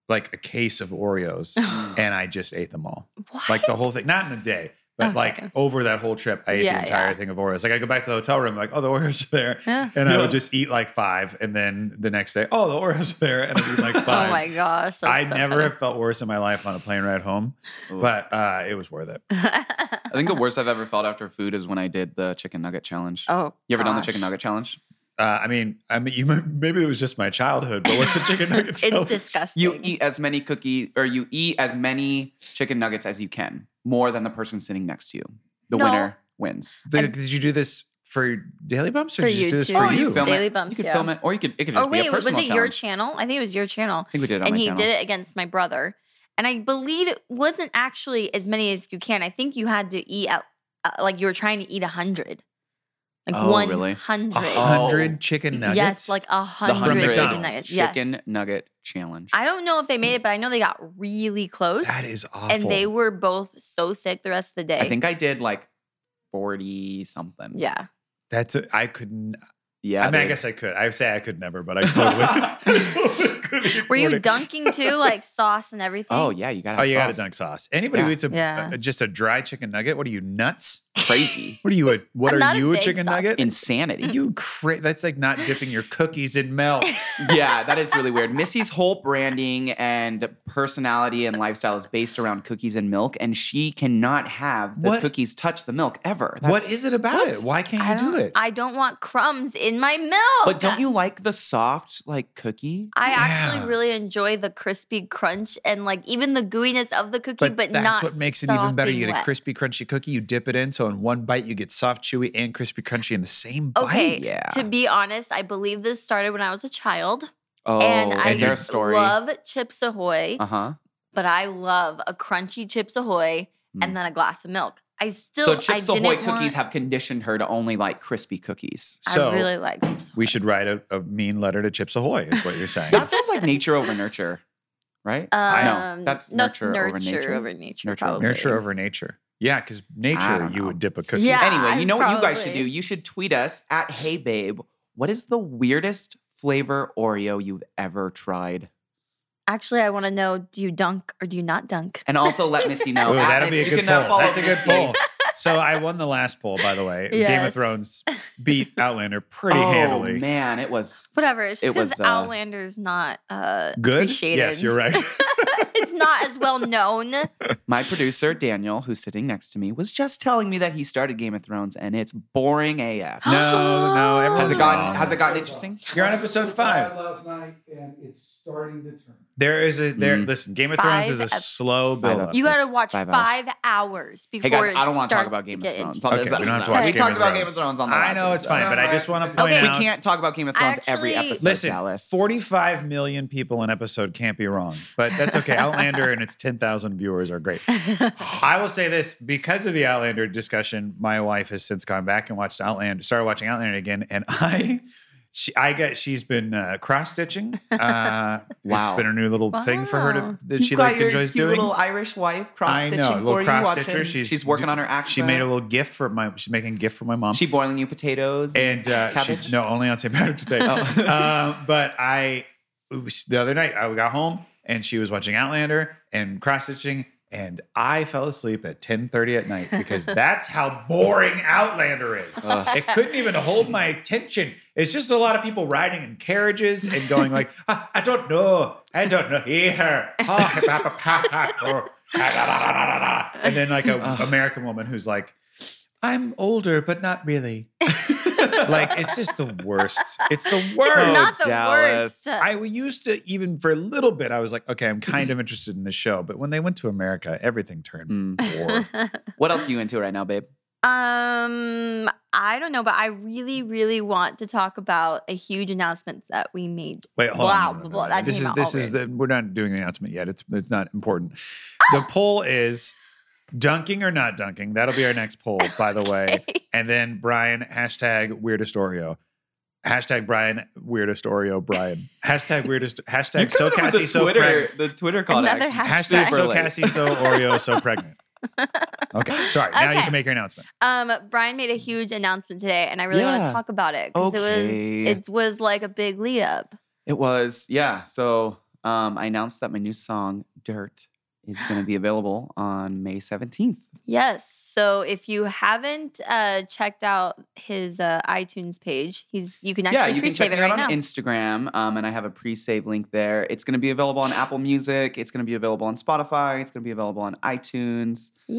Speaker 3: like a case of Oreos, and I just ate them all,
Speaker 2: What?
Speaker 3: like the whole thing, not in a day. But
Speaker 2: Okay.
Speaker 3: like over that whole trip, I ate
Speaker 2: Yeah,
Speaker 3: the entire
Speaker 2: yeah.
Speaker 3: thing of Oreos. Like I go back to the hotel room, like, oh, the Oreos are there.
Speaker 2: Yeah.
Speaker 3: And I
Speaker 1: Yeah.
Speaker 3: would just eat like five. And then the next day, oh, the Oreos are there. And I'd eat like five.
Speaker 2: Oh my gosh. that's
Speaker 3: I
Speaker 2: so
Speaker 3: never
Speaker 2: funny.
Speaker 3: have felt worse in my life on a plane ride home, but uh, it was worth it.
Speaker 1: I think the worst I've ever felt after food is when I did the chicken nugget challenge.
Speaker 2: oh,
Speaker 1: you ever done the chicken
Speaker 2: gosh.
Speaker 1: nugget challenge?
Speaker 3: Uh, I mean, I mean, you, might- maybe it was just my childhood, but what's the chicken nugget?
Speaker 2: It's
Speaker 3: challenge?
Speaker 2: disgusting.
Speaker 1: You eat as many cookie or you eat as many chicken nuggets as you can, more than the person sitting next to you. The
Speaker 2: No.
Speaker 1: winner wins.
Speaker 3: The- did you do this for Daily Bumps or
Speaker 2: For
Speaker 3: did you just do this
Speaker 2: YouTube.
Speaker 3: for
Speaker 2: Oh,
Speaker 3: you?
Speaker 2: you filmed- Daily
Speaker 1: it.
Speaker 2: Bumps,
Speaker 1: You could
Speaker 2: yeah.
Speaker 1: film it, or you could. It could just
Speaker 2: Oh
Speaker 1: be
Speaker 2: wait,
Speaker 1: a
Speaker 2: was it
Speaker 1: personal
Speaker 2: your
Speaker 1: challenge.
Speaker 2: channel? I think it was your channel.
Speaker 1: I think we did it on
Speaker 2: and
Speaker 1: my
Speaker 2: he
Speaker 1: channel.
Speaker 2: did it against my brother. And I believe it wasn't actually as many as you can. I think you had to eat out, uh, like you were trying to eat a hundred, like
Speaker 1: Oh,
Speaker 2: one hundred.
Speaker 1: really?
Speaker 3: A
Speaker 1: Oh.
Speaker 3: hundred chicken nuggets.
Speaker 2: Yes, like a
Speaker 1: The
Speaker 2: hundred
Speaker 1: hundred
Speaker 2: chicken
Speaker 3: McDonald's.
Speaker 2: nuggets. Yes.
Speaker 1: chicken nugget challenge.
Speaker 2: I don't know if they made it, but I know they got really close,
Speaker 3: that is awful.
Speaker 2: and they were both so sick the rest of the day.
Speaker 1: I think I did like forty something.
Speaker 2: yeah.
Speaker 3: That's a, I could. N-
Speaker 1: yeah.
Speaker 3: I mean, I
Speaker 1: dude.
Speaker 3: guess I could. I would say I could never, but I totally, I totally could. eat
Speaker 2: Were you
Speaker 3: 40.
Speaker 2: dunking too, like sauce and everything?
Speaker 1: Oh yeah, you got.
Speaker 3: Oh, you got a dunk sauce. Anybody who
Speaker 1: Yeah.
Speaker 3: eats a,
Speaker 2: Yeah.
Speaker 3: a- just a dry chicken nugget? What are you nuts?
Speaker 1: Crazy.
Speaker 3: What are you a? What
Speaker 2: I'm
Speaker 3: are
Speaker 2: not a
Speaker 3: you a,
Speaker 2: big
Speaker 3: chicken
Speaker 2: sauce
Speaker 3: nugget?
Speaker 1: Insanity.
Speaker 3: You cra- that's like not dipping your cookies in milk.
Speaker 1: yeah, that is really weird. Missy's whole branding and personality and lifestyle is based around cookies and milk, and she cannot have the
Speaker 3: What-
Speaker 1: cookies touch the milk ever.
Speaker 3: what is it about it? Why can't
Speaker 2: I
Speaker 3: you
Speaker 2: don't.
Speaker 3: do it?
Speaker 2: I don't want crumbs in my milk.
Speaker 1: But don't you like the soft like cookie?
Speaker 2: I
Speaker 3: Yeah.
Speaker 2: actually really enjoy the crispy crunch and like even the gooiness of the cookie, but,
Speaker 3: that's
Speaker 2: not
Speaker 3: what makes it even
Speaker 2: soft
Speaker 3: better.
Speaker 2: being
Speaker 3: You get a
Speaker 2: wet.
Speaker 3: crispy, crunchy cookie. You dip it in, so in one bite you get soft, chewy, and crispy, crunchy in the same bite.
Speaker 2: Okay,
Speaker 1: Yeah.
Speaker 2: to be honest, I believe this started when I was a child,
Speaker 1: Oh,
Speaker 2: and
Speaker 1: is
Speaker 2: I
Speaker 1: there a story?
Speaker 2: love Chips Ahoy,
Speaker 1: uh huh.
Speaker 2: but I love a crunchy Chips Ahoy
Speaker 1: Mm.
Speaker 2: and then a glass of milk. I still
Speaker 1: So
Speaker 2: I
Speaker 1: Chips
Speaker 2: didn't
Speaker 1: Ahoy
Speaker 2: want,
Speaker 1: cookies have conditioned her to only like crispy cookies.
Speaker 3: So
Speaker 2: I really like Chips Ahoy.
Speaker 3: we should write a, a mean letter to Chips Ahoy, is what you're saying.
Speaker 1: That sounds like nature over nurture, right?
Speaker 3: I
Speaker 1: no,
Speaker 2: Um,
Speaker 1: that's
Speaker 2: no, it's
Speaker 1: nurture over nature.
Speaker 2: over nature,
Speaker 1: Nurture over
Speaker 2: probably.
Speaker 3: Nurture over nature. Yeah, because
Speaker 1: I
Speaker 3: nature,
Speaker 1: don't
Speaker 3: you
Speaker 1: know.
Speaker 3: would dip a cookie.
Speaker 2: Yeah.
Speaker 1: anyway, you know what you guys should do?
Speaker 2: probably.
Speaker 1: You should tweet us at Hey Babe. What is the weirdest flavor Oreo you've ever tried.
Speaker 2: Actually, I want to know: Do you dunk or do you not dunk?
Speaker 1: And also let Missy know.
Speaker 3: Ooh,
Speaker 1: at
Speaker 3: that'll
Speaker 1: Miss-
Speaker 3: be a
Speaker 1: you
Speaker 3: good
Speaker 1: can now
Speaker 3: poll.
Speaker 1: follow
Speaker 3: That's a good
Speaker 1: Missy.
Speaker 3: poll. So I won the last poll, by the way. Game
Speaker 2: Yes.
Speaker 3: of Thrones beat Outlander pretty
Speaker 1: oh,
Speaker 3: handily.
Speaker 1: man, it was.
Speaker 2: Whatever. It's
Speaker 1: It
Speaker 2: just
Speaker 1: was,
Speaker 2: 'cause
Speaker 1: uh,
Speaker 2: Outlander's not uh,
Speaker 3: Good.
Speaker 2: appreciated.
Speaker 3: Yes, you're right.
Speaker 2: it's not as well known.
Speaker 1: My producer, Daniel, who's sitting next to me, was just telling me that he started Game of Thrones and it's boring AF.
Speaker 3: No, no, everyone's
Speaker 1: Has it gotten,
Speaker 3: wrong.
Speaker 1: has it gotten interesting?
Speaker 3: You're on episode five.
Speaker 4: Last night, and it's starting to turn.
Speaker 3: There is a there.
Speaker 1: Mm.
Speaker 3: Listen, Game of
Speaker 2: Five
Speaker 3: Thrones is a
Speaker 2: ep-
Speaker 3: slow
Speaker 1: Five
Speaker 3: build up.
Speaker 2: You got to
Speaker 1: It's
Speaker 2: watch
Speaker 1: five
Speaker 2: five,
Speaker 1: hours.
Speaker 2: hours
Speaker 1: Hey
Speaker 2: before.
Speaker 1: guys,
Speaker 2: it
Speaker 1: I don't want to talk
Speaker 2: starts
Speaker 1: about Game of
Speaker 2: get
Speaker 1: Thrones. on
Speaker 2: interesting.
Speaker 3: Okay,
Speaker 1: this
Speaker 3: we don't have to
Speaker 1: episode.
Speaker 2: watch
Speaker 1: We
Speaker 2: Game
Speaker 1: talked
Speaker 3: of
Speaker 1: about
Speaker 3: Thrones.
Speaker 1: Game of Thrones on the
Speaker 3: I
Speaker 1: last
Speaker 3: know it's
Speaker 1: episode.
Speaker 3: fine, but I just want to point
Speaker 2: Okay.
Speaker 1: We
Speaker 3: out.
Speaker 1: can't talk about Game of
Speaker 2: I
Speaker 1: Thrones every
Speaker 2: actually-
Speaker 1: episode,
Speaker 3: Listen,
Speaker 1: Dallas.
Speaker 3: 45 million people an episode can't be wrong, but that's okay. Outlander and its 10,000 viewers are great. I will say this because of the Outlander discussion, my wife has since gone back and watched Outlander, started watching Outlander again, and I. She, I got. She's been uh, cross stitching. Uh,
Speaker 1: Wow.
Speaker 3: it's been a new little thing for her
Speaker 2: Wow.
Speaker 3: to, that
Speaker 1: You've
Speaker 3: she
Speaker 1: got
Speaker 3: like
Speaker 1: your
Speaker 3: enjoys
Speaker 1: cute
Speaker 3: doing.
Speaker 1: little Irish wife cross
Speaker 3: I
Speaker 1: stitching
Speaker 3: know, a little
Speaker 1: for you.
Speaker 3: cross
Speaker 1: watching.
Speaker 3: stitcher. She's-
Speaker 1: she's working on her accent.
Speaker 3: she made a little gift for my. She's making a gift for my mom.
Speaker 1: She boiling you potatoes
Speaker 3: and uh, she-
Speaker 1: cabbage? Oh.
Speaker 3: no, only on St. Patrick's Day. um, but I it was the other night I got home and she was watching Outlander and cross stitching, and I fell asleep at ten thirty at night because that's how boring Outlander is.
Speaker 1: Ugh.
Speaker 3: It couldn't even hold my attention. It's just a lot of people riding in carriages and going like, "Ah, I don't know, I don't know here. Oh, ha, pa, pa, pa, pa, oh, ah, da, da, da, da, da, da." And then like a American woman who's like, I'm older, but not really. like it's just the worst. It's the worst.
Speaker 1: Oh,
Speaker 2: not the
Speaker 1: Dallas.
Speaker 2: worst.
Speaker 3: I used to even for a little bit. I was like, okay, I'm kind of interested in this show, but when they went to America, everything turned
Speaker 1: Mm.
Speaker 3: poor.
Speaker 1: What else are you into right now, babe?
Speaker 2: Um, I don't know, but I really, really want to talk about a huge announcement that we made.
Speaker 3: Wait, hold
Speaker 2: Wow,
Speaker 3: on. no, no, no,
Speaker 2: blah,
Speaker 3: no.
Speaker 2: that
Speaker 3: This
Speaker 2: came
Speaker 3: is
Speaker 2: out
Speaker 3: this is the, we're not doing the announcement yet. It's it's not important.
Speaker 2: Ah!
Speaker 3: The poll is dunking or not dunking. That'll be our next poll, by the way. And then Brian hashtag weirdest Oreo. Hashtag Brian weirdest Oreo Brian. Hashtag weirdest hashtag so Cassie so pregnant.
Speaker 1: Twitter, the Twitter call to
Speaker 2: Another
Speaker 1: action.
Speaker 2: hashtag.
Speaker 3: Hashtag
Speaker 1: Super
Speaker 3: so
Speaker 1: late.
Speaker 3: Cassie so Oreo so pregnant. Okay, sorry. Now you
Speaker 2: Okay.
Speaker 3: can make your announcement.
Speaker 2: Um, Brian made a huge announcement today, and I really want
Speaker 1: Yeah.
Speaker 2: to talk about it because
Speaker 1: Okay.
Speaker 2: it was it was like a big lead up.
Speaker 1: It was, yeah. So um, I announced that my new song, Dirt, is going to be available on May 17th.
Speaker 2: Yes. So if you haven't uh, checked out his uh, iTunes page, he's you can actually
Speaker 1: yeah, you can
Speaker 2: pre-save
Speaker 1: check me
Speaker 2: it right
Speaker 1: out
Speaker 2: now.
Speaker 1: on Instagram, um, and I have a pre-save link there. It's going to be available on Apple Music. It's going to be available on Spotify. It's going to be available on iTunes. Um,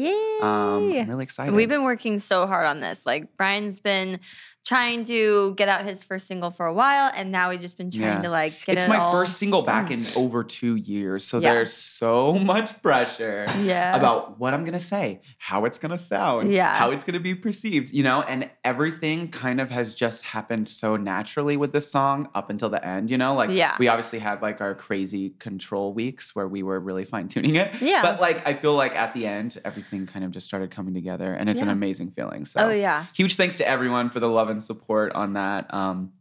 Speaker 2: Yay!
Speaker 1: I'm really excited.
Speaker 2: We've been working so hard on this. Like Brian's been trying to get out his first single for a while, and now we've just been trying
Speaker 1: Yeah.
Speaker 2: to like get
Speaker 1: It's
Speaker 2: it
Speaker 1: my
Speaker 2: all- Mm.
Speaker 1: first single back in over two years, so
Speaker 2: Yeah.
Speaker 1: there's so much pressure.
Speaker 2: yeah
Speaker 1: about what I'm gonna say, how it's gonna sound,
Speaker 2: Yeah.
Speaker 1: how it's gonna be perceived, you know, and everything kind of has just happened so naturally with this song up until the end, you know. Like
Speaker 2: Yeah.
Speaker 1: we obviously had like our crazy control weeks where we were really fine-tuning it.
Speaker 2: Yeah.
Speaker 1: But like I feel like at the end, everything kind of just started coming together and it's an
Speaker 2: Yeah.
Speaker 1: amazing feeling. So
Speaker 2: oh yeah
Speaker 1: huge thanks to everyone for the love and support on that. Um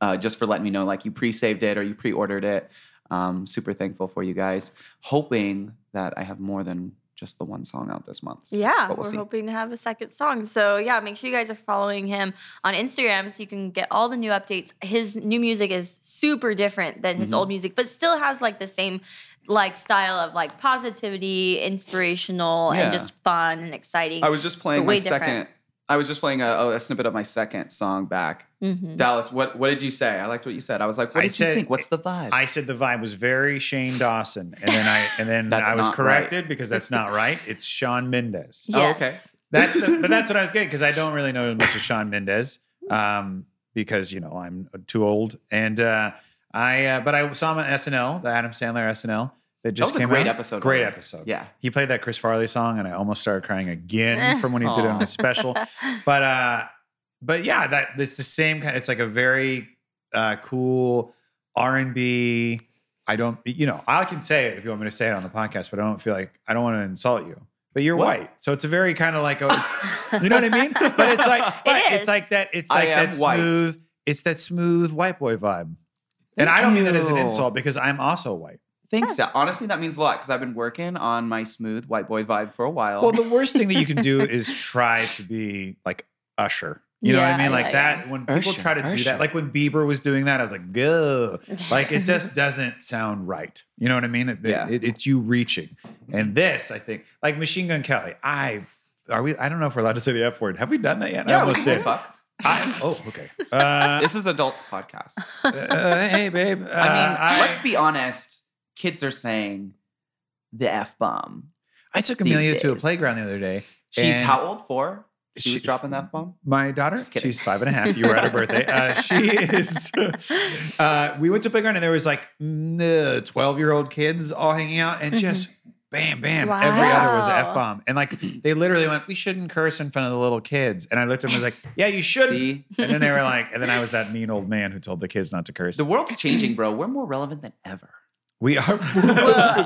Speaker 1: uh, just for letting me know, like you pre-saved it or you pre-ordered it. Um, super thankful for you guys. Hoping that I have more than just the one song out this month.
Speaker 2: yeah
Speaker 1: But we'll
Speaker 2: we're
Speaker 1: see.
Speaker 2: hoping to have a second song so yeah make sure you guys are following him on instagram so you can get all the new updates his new music is super different than his
Speaker 1: Mhm.
Speaker 2: old music but still has like the same like style of like positivity inspirational
Speaker 1: Yeah.
Speaker 2: and just fun and exciting
Speaker 1: I was just playing
Speaker 2: But
Speaker 1: my
Speaker 2: way different.
Speaker 1: second. I was just playing a, a snippet of my second song back.
Speaker 2: Mhm.
Speaker 1: Dallas, what what did you say? I liked what you said. I was like, what
Speaker 3: I
Speaker 1: did you
Speaker 3: said-
Speaker 1: think? What's the vibe?
Speaker 3: I said the vibe was very Shane Dawson, and then I and then
Speaker 1: That's
Speaker 3: I was
Speaker 1: not
Speaker 3: corrected because that's not right. It's Sean Mendez.
Speaker 1: Oh, okay.
Speaker 2: Yes.
Speaker 3: That's the, but that's what I was getting because I don't really know much of Sean Mendez um, because you know I'm too old and uh, I uh, but I saw him on SNL, the Adam Sandler SNL that just
Speaker 1: was a
Speaker 3: came
Speaker 1: great
Speaker 3: out.
Speaker 1: episode, by
Speaker 3: Great
Speaker 1: the way.
Speaker 3: episode.
Speaker 1: yeah.
Speaker 3: He played that Chris Farley song, and I almost started crying again from when he did it on
Speaker 1: Aw.
Speaker 3: his special. But uh, but yeah, that it's the same kind. It's like a very uh, cool R and B. I don't, you know, I can say it if you want me to say it on the podcast, but I don't feel like I don't want to insult you. But you're
Speaker 1: What?
Speaker 3: white, so it's a very kind of like a, it's, you know what I mean. But it's like but it's
Speaker 2: is.
Speaker 3: like that. It's
Speaker 1: I
Speaker 3: like
Speaker 1: am
Speaker 3: that
Speaker 1: white.
Speaker 3: smooth. It's that smooth white boy vibe. And
Speaker 1: Thank
Speaker 3: I don't mean that as an
Speaker 1: you.
Speaker 3: insult because I'm also white.
Speaker 1: Thanks. Dal- Honestly, that means a lot because I've been working on my smooth white boy vibe for a while.
Speaker 3: Well, the worst thing that you can do is try to be like Usher. You know what I
Speaker 2: Yeah,
Speaker 3: mean? Like
Speaker 2: yeah,
Speaker 3: that, when people
Speaker 1: Usher,
Speaker 3: try to do
Speaker 1: Usher.
Speaker 3: that, like when Bieber was doing that, I was like, go. Like it just doesn't sound right. You know what I mean? It- it-
Speaker 1: Yeah.
Speaker 3: it- it's you reaching. And this, I think, like Machine Gun Kelly, I, are we, I don't know if we're allowed to say the F word. Have we done that yet? I
Speaker 1: Yeah, we
Speaker 3: almost
Speaker 1: can say
Speaker 3: did.
Speaker 1: fuck.
Speaker 3: I, oh, okay. Uh,
Speaker 1: This is adults podcast.
Speaker 3: uh, hey, babe. Uh,
Speaker 1: I mean, let's be honest. Kids are saying the f bomb.
Speaker 3: I took
Speaker 1: these
Speaker 3: Amelia to a
Speaker 1: days.
Speaker 3: playground the other day.
Speaker 1: She's
Speaker 3: and-
Speaker 1: how old? Four. She, was
Speaker 3: She-
Speaker 1: dropping the f bomb.
Speaker 3: My daughter,
Speaker 1: Just kidding.
Speaker 3: she's five and a half. You were at her birthday. Uh, she is. Uh, we went to playground and there was like twelve year old kids all hanging out and
Speaker 1: Mm-hmm.
Speaker 2: Mhm.
Speaker 3: just bam, bam. Every other was an
Speaker 2: Wow.
Speaker 3: f bomb, and like they literally went, "We shouldn't curse in front of the little kids." And I looked at them and was like, "Yeah, you should."
Speaker 1: See,
Speaker 3: And then they were like, and then I was that mean old man who told the kids not to curse.
Speaker 1: the world's changing, bro. We're more relevant than ever.
Speaker 3: we are.
Speaker 2: Well,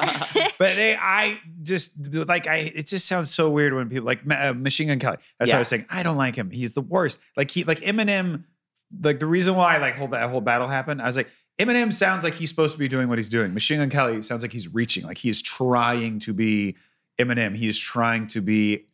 Speaker 3: But they, I just like I. It just sounds so weird when people like Ma- uh, Machine Gun Kelly. That's what
Speaker 1: Yeah.
Speaker 3: I was saying. I don't like him. He's the worst. Like he, like Eminem. Like the reason why like whole that whole battle happened. I was like Eminem sounds like he's supposed to be doing what he's doing. Machine Gun Kelly sounds like he's reaching. Like he is trying to be Eminem. He is trying to be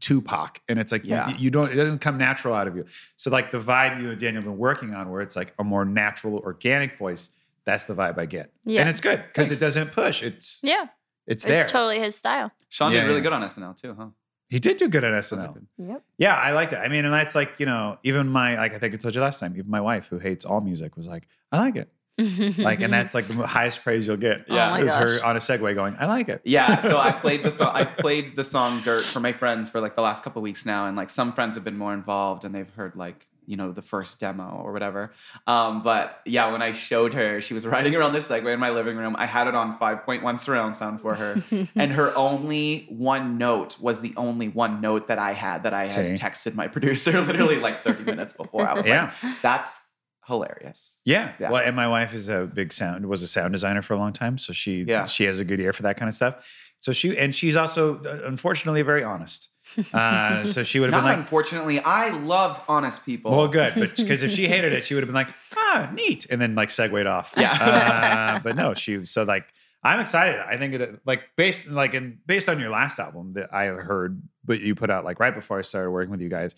Speaker 3: Tupac. And it's like you-
Speaker 1: Yeah.
Speaker 3: you, don't. It doesn't come natural out of you. So like the vibe you and Daniel have been working on, where it's like a more natural, organic voice. That's the vibe I get.
Speaker 2: Yeah.
Speaker 3: And it's good because it
Speaker 1: Thanks.
Speaker 3: doesn't push. It's
Speaker 2: yeah,
Speaker 3: it's there.
Speaker 2: it's totally his style.
Speaker 1: Sean
Speaker 3: Yeah,
Speaker 1: did really
Speaker 3: yeah.
Speaker 1: good on SNL too, huh?
Speaker 3: He did do good at
Speaker 1: Those are
Speaker 3: SNL.
Speaker 1: good.
Speaker 2: Yep.
Speaker 3: Yeah, I liked it. I mean, and that's like, you know, even my, like I think I told you last time, even my wife who hates all music was like, I like it.
Speaker 2: Mm-hmm.
Speaker 3: Like, and that's like the highest praise you'll get.
Speaker 1: Yeah. Oh my
Speaker 3: Is
Speaker 2: gosh.
Speaker 3: her on a segue going, I like it.
Speaker 1: Yeah, so I played the song. I've played the song "Dirt" for my friends for like the last couple weeks now, and like some friends have been more involved and they've heard like you know the first demo or whatever. Um, but yeah, when I showed her, she was riding around this Segway in my living room. I had it on 5.1 surround sound for her, and her only one note was the only one note that I had that I had
Speaker 3: See?
Speaker 1: texted my producer literally like 30 minutes before. I was
Speaker 3: Yeah.
Speaker 1: like, "That's hilarious."
Speaker 3: Yeah.
Speaker 1: Yeah.
Speaker 3: Well, and my wife is a big sound was a sound designer for a long time, so she
Speaker 1: Yeah.
Speaker 3: she has a good ear for that kind of stuff. So she and she's also uh, unfortunately very honest. Uh, so she would
Speaker 1: Not
Speaker 3: have been like,
Speaker 1: unfortunately, I love honest people.
Speaker 3: Well, good, but because if she hated it, she would have been like, ah, neat, and then like segued off.
Speaker 1: Yeah.
Speaker 3: Uh, but no, she so like I'm excited. I think that like based like and based on your last album that I heard, but you put out like right before I started working with you guys.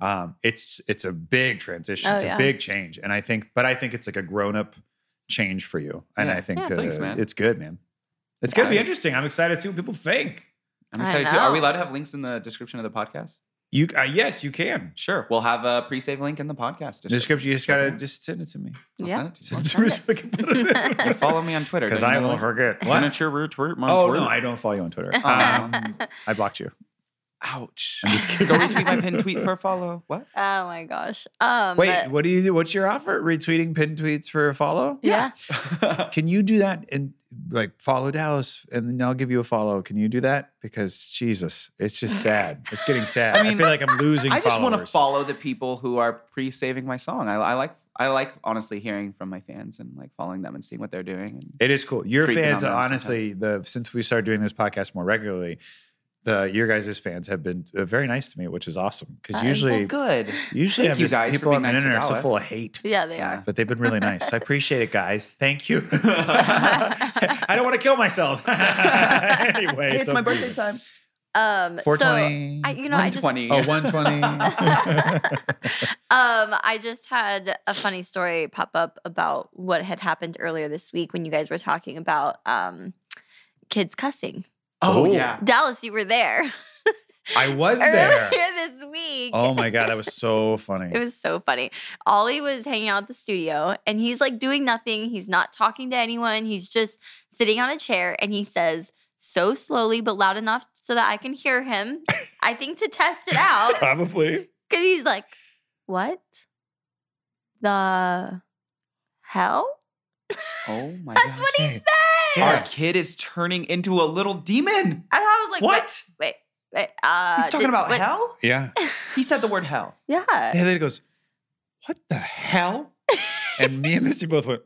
Speaker 3: Um, it's it's a big transition.
Speaker 2: Oh,
Speaker 3: it's a
Speaker 2: yeah.
Speaker 3: big change, and I think, but I think it's like a grown up change for you, and
Speaker 1: Yeah.
Speaker 3: I think uh,
Speaker 1: Yeah, thanks, man.
Speaker 3: it's good, man. It's gonna be
Speaker 1: Yeah.
Speaker 3: interesting. I'm excited to see what people think.
Speaker 1: I'm
Speaker 2: I
Speaker 1: excited too. Are we
Speaker 2: know.
Speaker 1: allowed to have links in the description of the podcast?
Speaker 3: You uh, yes, you can.
Speaker 1: Sure. We'll have a pre-save link in the podcast.
Speaker 3: Description. You just gotta
Speaker 1: Okay.
Speaker 3: just send it to me.
Speaker 1: I'll
Speaker 2: yeah.
Speaker 1: send it to you.
Speaker 3: Send it to
Speaker 2: send
Speaker 3: me
Speaker 2: it.
Speaker 3: so I can put it in.
Speaker 1: You follow me on Twitter.
Speaker 3: Because
Speaker 1: don't
Speaker 3: I
Speaker 1: you,
Speaker 3: won't
Speaker 1: Lily?
Speaker 3: forget.
Speaker 1: Didn't you retweet my
Speaker 3: Oh
Speaker 1: Twitter?
Speaker 3: no, I don't follow you on Twitter.
Speaker 2: Oh
Speaker 1: Um,
Speaker 3: Um, I blocked you.
Speaker 1: Ouch. Go retweet my pinned tweet for a follow. What?
Speaker 2: Oh my gosh. Um,
Speaker 3: Wait,
Speaker 2: but-
Speaker 3: what do you do? What's your offer? Retweeting pin tweets for a follow?
Speaker 2: yeah.
Speaker 3: Can you do that and like follow Dallas and then I'll give you a follow? Can you do that? Because Jesus, it's just sad. It's getting sad. I,
Speaker 1: I mean,
Speaker 3: feel like I'm losing.
Speaker 1: I just want to
Speaker 3: followers.
Speaker 1: follow the people who are pre-saving my song. I, I like I like honestly hearing from my fans and like following them and seeing what they're doing. And
Speaker 3: It is cool. Your
Speaker 1: creeping
Speaker 3: fans,
Speaker 1: on them
Speaker 3: honestly, the since we started doing this podcast more regularly, the your guys' fans have been uh, very nice to me, which is awesome. Because
Speaker 2: That is
Speaker 1: usually,
Speaker 3: usually,
Speaker 1: good.
Speaker 3: usually,
Speaker 1: Thank
Speaker 3: I'm
Speaker 1: you
Speaker 3: just-
Speaker 1: guys for
Speaker 3: people on
Speaker 1: being nice
Speaker 3: the
Speaker 1: to
Speaker 3: internet are so
Speaker 1: Dallas.
Speaker 3: full of hate.
Speaker 2: Yeah, they
Speaker 1: Yeah.
Speaker 2: are.
Speaker 3: but they've been really nice. I appreciate it, guys. Thank you. I don't want to kill myself. anyway,
Speaker 1: it's
Speaker 3: so
Speaker 1: my birthday
Speaker 3: please.
Speaker 1: time.
Speaker 2: Um, so
Speaker 3: 420.
Speaker 2: I, you know, I just, um,
Speaker 1: 120.
Speaker 3: oh, 120.
Speaker 2: um, I just had a funny story pop up about what had happened earlier this week when you guys were talking about um, kids cussing.
Speaker 1: Oh,
Speaker 3: Oh.
Speaker 1: yeah.
Speaker 2: Dallas, you were there
Speaker 3: I was
Speaker 2: earlier
Speaker 3: there.
Speaker 2: this week.
Speaker 3: Oh my God, that was so funny.
Speaker 2: It was so funny. Ollie was hanging out at the studio and he's like doing nothing. He's not talking to anyone. He's just sitting on a chair and he says so slowly but loud enough so that I can hear him. I think to test it out
Speaker 3: Probably.
Speaker 2: because he's like, what the hell?
Speaker 1: Oh my gosh.
Speaker 2: That's what he said.
Speaker 1: Our kid is turning into a little demon.
Speaker 2: And I was like,
Speaker 1: What?
Speaker 2: Wait, wait. wait uh,
Speaker 1: He's talking
Speaker 2: did-
Speaker 1: about
Speaker 2: what-
Speaker 1: hell?
Speaker 3: Yeah.
Speaker 1: He said the word hell.
Speaker 2: Yeah.
Speaker 3: And then it goes, What the hell? And me and Missy both went,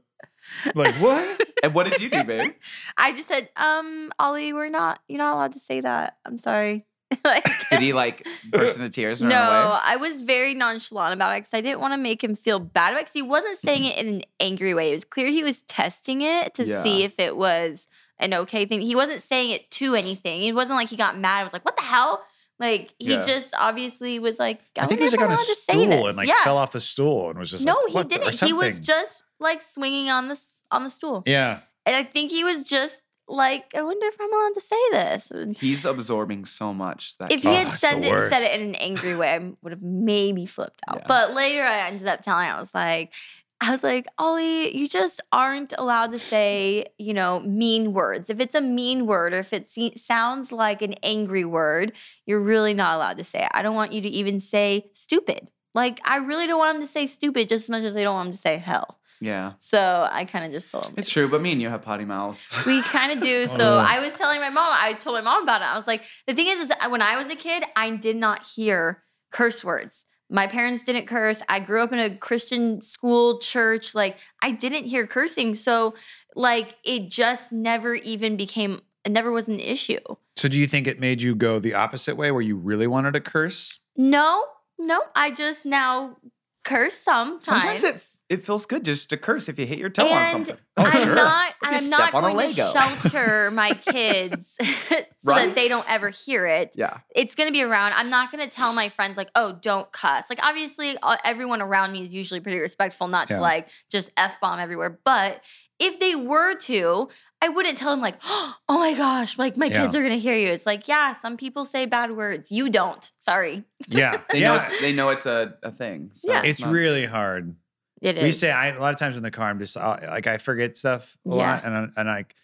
Speaker 3: like, what?
Speaker 1: And what did you do, babe?
Speaker 2: I just said, um, Ollie, we're not, you're not allowed to say that. I'm sorry. like,
Speaker 1: Did he like burst into tears and
Speaker 2: No,
Speaker 1: run away?
Speaker 2: I was very nonchalant about it because I didn't want to make him feel bad about it because he wasn't saying it in an angry way. It was clear he was testing it to
Speaker 1: Yeah.
Speaker 2: see if it was an okay thing. He wasn't saying it to anything. It wasn't like he got mad. I was like, what the hell? Like he
Speaker 1: Yeah.
Speaker 2: just obviously was like,
Speaker 3: I
Speaker 2: I'm
Speaker 3: think he was like
Speaker 2: never
Speaker 3: on a
Speaker 2: allowed to say
Speaker 3: stool
Speaker 2: this.
Speaker 3: and like
Speaker 2: yeah.
Speaker 3: fell off the stool and was just
Speaker 2: no,
Speaker 3: like,
Speaker 2: he
Speaker 3: "What the-" or
Speaker 2: didn't. He was
Speaker 3: something.
Speaker 2: just like swinging on this on the stool,
Speaker 3: yeah.
Speaker 2: and I think he was just like, I wonder if I'm allowed to say this. And
Speaker 1: He's absorbing so much that
Speaker 2: If he
Speaker 3: Oh,
Speaker 2: had
Speaker 3: it's the
Speaker 2: said it, said
Speaker 3: worst.
Speaker 2: it in an angry way, I would have maybe flipped out.
Speaker 1: Yeah.
Speaker 2: But later, I ended up telling. I was like, I was like, Ollie, you just aren't allowed to say, you know, mean words. If it's a mean word, or if it se- sounds like an angry word, you're really not allowed to say it. I don't want you to even say stupid. Like, I really don't want him to say stupid just as much as I don't want him to say hell.
Speaker 1: yeah,
Speaker 2: So I kind of just told him.
Speaker 1: it's true. But me and you have potty mouths.
Speaker 2: We kind of do. So
Speaker 3: Ugh.
Speaker 2: I was telling my mom, I told my mom about it. I was like, the thing is, is that when I was a kid, I did not hear curse words. My parents didn't curse. I grew up in a Christian school, church. Like, I didn't hear cursing. So, like, it just never even became, it never was an issue.
Speaker 3: So do you think it made you go the opposite way where you really wanted to curse?
Speaker 2: No, no, I just now curse sometimes.
Speaker 1: Sometimes it it feels good just to curse if you hit your toe on
Speaker 2: And
Speaker 1: something.
Speaker 3: Oh,
Speaker 2: I'm
Speaker 3: sure.
Speaker 2: not.
Speaker 1: You
Speaker 2: and I'm
Speaker 1: step
Speaker 2: not
Speaker 1: on a
Speaker 2: going to
Speaker 1: Lego.
Speaker 2: shelter my kids so
Speaker 1: Right?
Speaker 2: that they don't ever hear it.
Speaker 1: Yeah,
Speaker 2: it's gonna be around. I'm not gonna tell my friends like, oh, don't cuss. Like, obviously, uh, everyone around me is usually pretty respectful, not
Speaker 3: Yeah.
Speaker 2: to like just f bomb everywhere. But if they were to, I wouldn't tell them like, oh my gosh, like my
Speaker 3: Yeah.
Speaker 2: kids are gonna hear you. It's like, yeah, some people say bad words. You don't. Sorry,
Speaker 3: Yeah.
Speaker 1: they
Speaker 3: yeah.
Speaker 1: know it's they know it's a, a thing. So
Speaker 2: Yeah.
Speaker 3: it's
Speaker 1: not-
Speaker 3: really hard.
Speaker 2: it is.
Speaker 3: We say I, a lot of times in the car, I'm just uh, like I forget stuff a
Speaker 2: Yeah.
Speaker 3: lot, and I'm, and like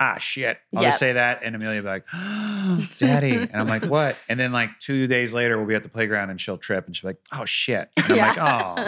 Speaker 3: ah shit, I'll
Speaker 2: Yep.
Speaker 3: just say that, and Amelia will be like, "Daddy," and I'm like, "What?" And then like two days later, we'll be at the playground, and she'll trip, and she'll be like, "Oh shit," and I'm like,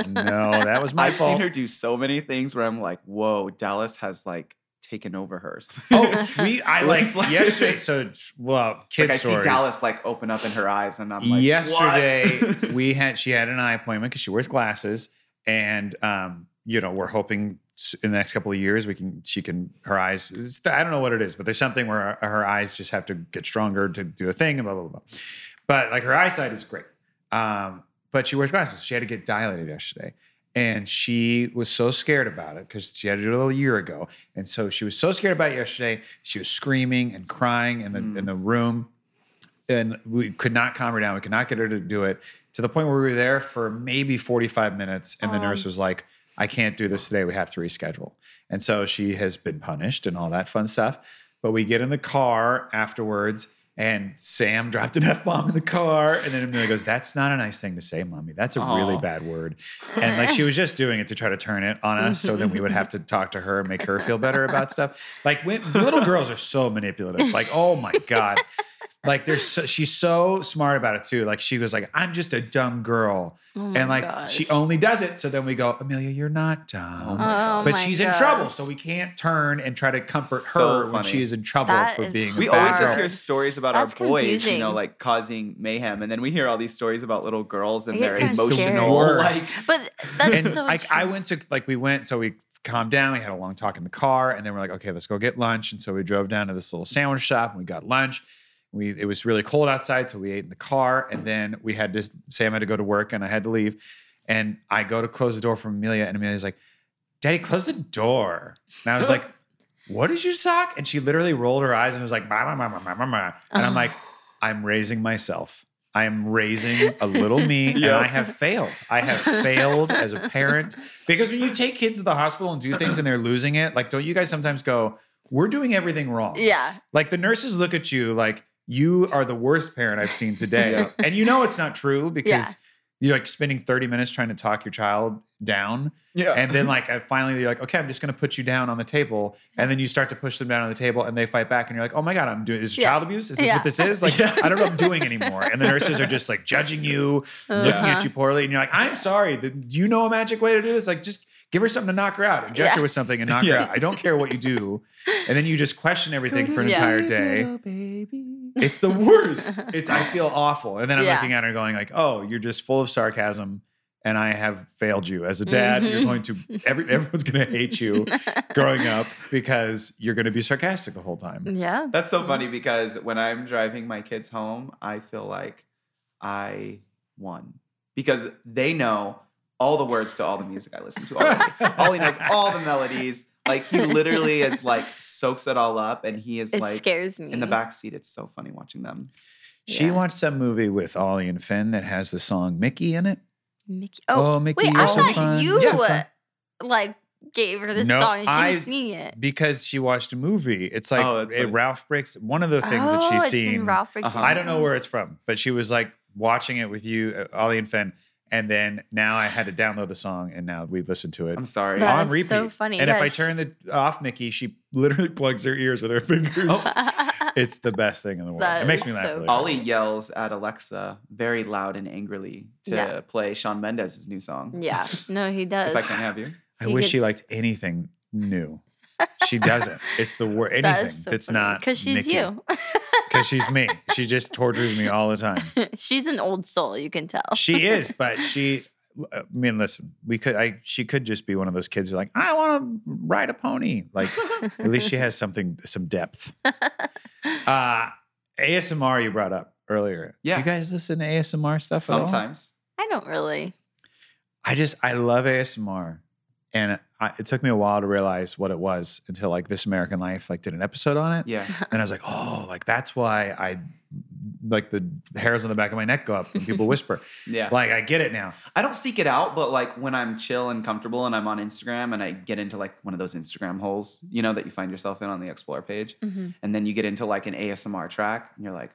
Speaker 3: "Oh no, that was my
Speaker 1: I've
Speaker 3: fault."
Speaker 1: seen her do so many things where I'm like, whoa, Dallas has like taken over her.
Speaker 3: oh, we I like
Speaker 1: It's like-
Speaker 3: yesterday. So well,
Speaker 1: like
Speaker 3: kids
Speaker 1: I see
Speaker 3: stories.
Speaker 1: Dallas like open up in her eyes, and I'm like,
Speaker 3: yesterday
Speaker 1: what?
Speaker 3: we had she had an eye appointment because she wears glasses and um you know we're hoping s- in the next couple of years we can she can her eyes it's the- i don't know what it is but there's something where her, her eyes just have to get stronger to do a thing and blah blah blah blah. but like her eyesight is great um but she wears glasses she had to get dilated yesterday and she was so scared about it because she had to do it a year ago and so she was so scared about it yesterday she was screaming and crying in the in the room and we could not calm her down. We could not get her to do it to the point where we were there for maybe 45 minutes. And the nurse was like, I can't do this today. We have to reschedule. And so she has been punished and all that fun stuff. But we get in the car afterwards, and Sam dropped an F bomb in the car. And then Amelia goes, That's not a nice thing to say, mommy. That's a really
Speaker 1: Aw.
Speaker 3: bad word. And like she was just doing it to try to turn it on us so then we would have to talk to her and make her feel better about stuff. Like we, little girls are so manipulative. Like, oh my God like there's so, she's so smart about it too like she was like i'm just a dumb girl
Speaker 2: Oh my
Speaker 3: and like she
Speaker 2: gosh.
Speaker 3: only does it so then we go amelia you're not dumb
Speaker 2: Oh
Speaker 3: but
Speaker 2: my
Speaker 3: she's in trouble
Speaker 2: gosh.
Speaker 3: so we can't turn and try to comfort
Speaker 1: So
Speaker 3: her when
Speaker 1: funny.
Speaker 3: she is in trouble
Speaker 2: That
Speaker 3: for
Speaker 2: is
Speaker 3: being
Speaker 1: We
Speaker 3: a
Speaker 1: always
Speaker 3: bad
Speaker 1: just
Speaker 2: Barb.
Speaker 1: hear
Speaker 3: girl.
Speaker 1: stories about
Speaker 2: That's
Speaker 1: our boys, you know,
Speaker 2: confusing.
Speaker 1: like causing mayhem, and then we hear all these stories about little girls and
Speaker 2: I get
Speaker 1: their
Speaker 2: kinda scared.
Speaker 1: emotional,
Speaker 3: Worst.
Speaker 1: like
Speaker 2: but that's
Speaker 3: and
Speaker 2: so.
Speaker 3: like
Speaker 2: true.
Speaker 3: i went to like we went so we calmed down we had a long talk in the car and then we're like okay let's go get lunch and so we drove down to this little sandwich shop and we got lunch we it was really cold outside so we ate in the car and then we had this sam had to go to work and i had to leave and i go to close the door from amelia and amelia's like daddy close the door and i was like what did you talk and she literally rolled her eyes and was like "Ma, ma, ma, ma, ma, ma, ma." and i'm
Speaker 2: Oh.
Speaker 3: like i'm raising myself I am raising a little me and
Speaker 1: Yeah.
Speaker 3: I have failed. I have failed as a parent because when you take kids to the hospital and do things and they're losing it, like, don't you guys sometimes go, we're doing everything wrong?
Speaker 2: yeah,
Speaker 3: Like the nurses look at you like, you are the worst parent I've seen today.
Speaker 1: Yeah.
Speaker 3: And you know it's not true because
Speaker 2: Yeah.
Speaker 3: you're like spending 30 minutes trying to talk your child down.
Speaker 1: yeah.
Speaker 3: And then like I finally you're like, okay, I'm just gonna put you down on the table. And then you start to push them down on the table and they fight back and you're like, oh my God, I'm doing is this
Speaker 2: Yeah.
Speaker 3: child abuse? Is this
Speaker 2: Yeah.
Speaker 3: what this is? Like
Speaker 1: Yeah.
Speaker 3: I don't know what I'm doing anymore. And the nurses are just like judging you, looking at
Speaker 2: Uh-huh.
Speaker 3: you poorly, and you're like, I'm sorry, th- do you know a magic way to do this? Like just give her something to knock her out, inject her
Speaker 2: Yeah.
Speaker 3: with something and knock her
Speaker 1: Yeah.
Speaker 3: out. I don't care what you do. And then you just question everything for an
Speaker 2: sleep,
Speaker 3: entire day. It's the worst. It's I feel awful. And then I'm
Speaker 2: Yeah.
Speaker 3: looking at her going like, "Oh, you're just full of sarcasm and I have failed you as a dad. You're
Speaker 2: Mhm.
Speaker 3: going to every everyone's going to hate you
Speaker 2: Uh-huh.
Speaker 3: growing up because you're going to be sarcastic the whole time."
Speaker 2: yeah.
Speaker 1: That's so funny because when I'm driving my kids home, I feel like I won because they know all the words to all the music I listen to. Already. Ollie knows all the melodies. Like he literally is like soaks it all up, and he is
Speaker 2: It
Speaker 1: like
Speaker 2: scares me
Speaker 1: in the back seat. It's so funny watching them.
Speaker 3: She
Speaker 2: Yeah.
Speaker 3: watched some movie with Ollie and Finn that has the song Mickey in it.
Speaker 2: Mickey. Oh,
Speaker 3: Mickey,
Speaker 2: wait,
Speaker 3: you're
Speaker 2: I
Speaker 3: so
Speaker 2: thought
Speaker 3: fun.
Speaker 2: you
Speaker 3: You're so fun.
Speaker 2: like gave her this
Speaker 3: No,
Speaker 2: song and she
Speaker 3: I-
Speaker 2: was singing it.
Speaker 3: because she watched a movie. It's like
Speaker 1: Oh, that's
Speaker 3: it-
Speaker 1: funny.
Speaker 3: Ralph breaks one of the things
Speaker 2: oh,
Speaker 3: that she's
Speaker 2: it's
Speaker 3: seen.
Speaker 2: In Ralph Breaks the
Speaker 1: Uh-huh.
Speaker 3: I don't know
Speaker 2: Internet.
Speaker 3: where it's from, but she was like watching it with you, uh, Ollie and Finn, and then now I had to download the song, and now we've listened to it.
Speaker 1: I'm sorry.
Speaker 2: That
Speaker 3: on
Speaker 2: is
Speaker 3: repeat.
Speaker 2: so funny.
Speaker 3: And if
Speaker 2: Yeah,
Speaker 3: I
Speaker 2: she-
Speaker 3: turn the off Mickey, she literally plugs her ears with her fingers. it's the best thing in the world.
Speaker 2: That
Speaker 3: it makes
Speaker 2: is
Speaker 3: me laugh.
Speaker 2: so
Speaker 3: really hard.
Speaker 1: Oh. Ollie yells at Alexa very loud and angrily to
Speaker 2: Yeah.
Speaker 1: play Sean Mendez's new song.
Speaker 2: yeah. No, he does.
Speaker 1: If I can have you.
Speaker 3: I
Speaker 2: He
Speaker 3: wish she
Speaker 2: gets-
Speaker 3: liked anything new. She doesn't. It's the word
Speaker 2: That is
Speaker 3: anything
Speaker 2: so
Speaker 3: that's
Speaker 2: funny.
Speaker 3: not
Speaker 2: she's
Speaker 3: Mickey.
Speaker 2: you.
Speaker 3: Because she's me. She just tortures me all the time.
Speaker 2: she's an old soul. You can tell.
Speaker 3: She is, but she. I mean, listen. We could. I. She could just be one of those kids who are like, I want to ride a pony. Like, at least she has something, some depth. Uh, ASMR you brought up earlier.
Speaker 1: Yeah.
Speaker 3: Do you guys listen to ASMR stuff at all?
Speaker 1: Sometimes.
Speaker 2: I don't really.
Speaker 3: I just I love ASMR, and I, it took me a while to realize what it was until like This American Life like did an episode on it,
Speaker 1: Yeah.
Speaker 3: and I was like, oh, like that's why I like the hairs on the back of my neck go up when people whisper.
Speaker 1: Yeah.
Speaker 3: like I get it now.
Speaker 1: I don't seek it out, but like when I'm chill and comfortable and I'm on Instagram and I get into like one of those Instagram holes, you know, that you find yourself in on the Explore page,
Speaker 2: Mhm.
Speaker 1: and then you get into like an ASMR track and you're like,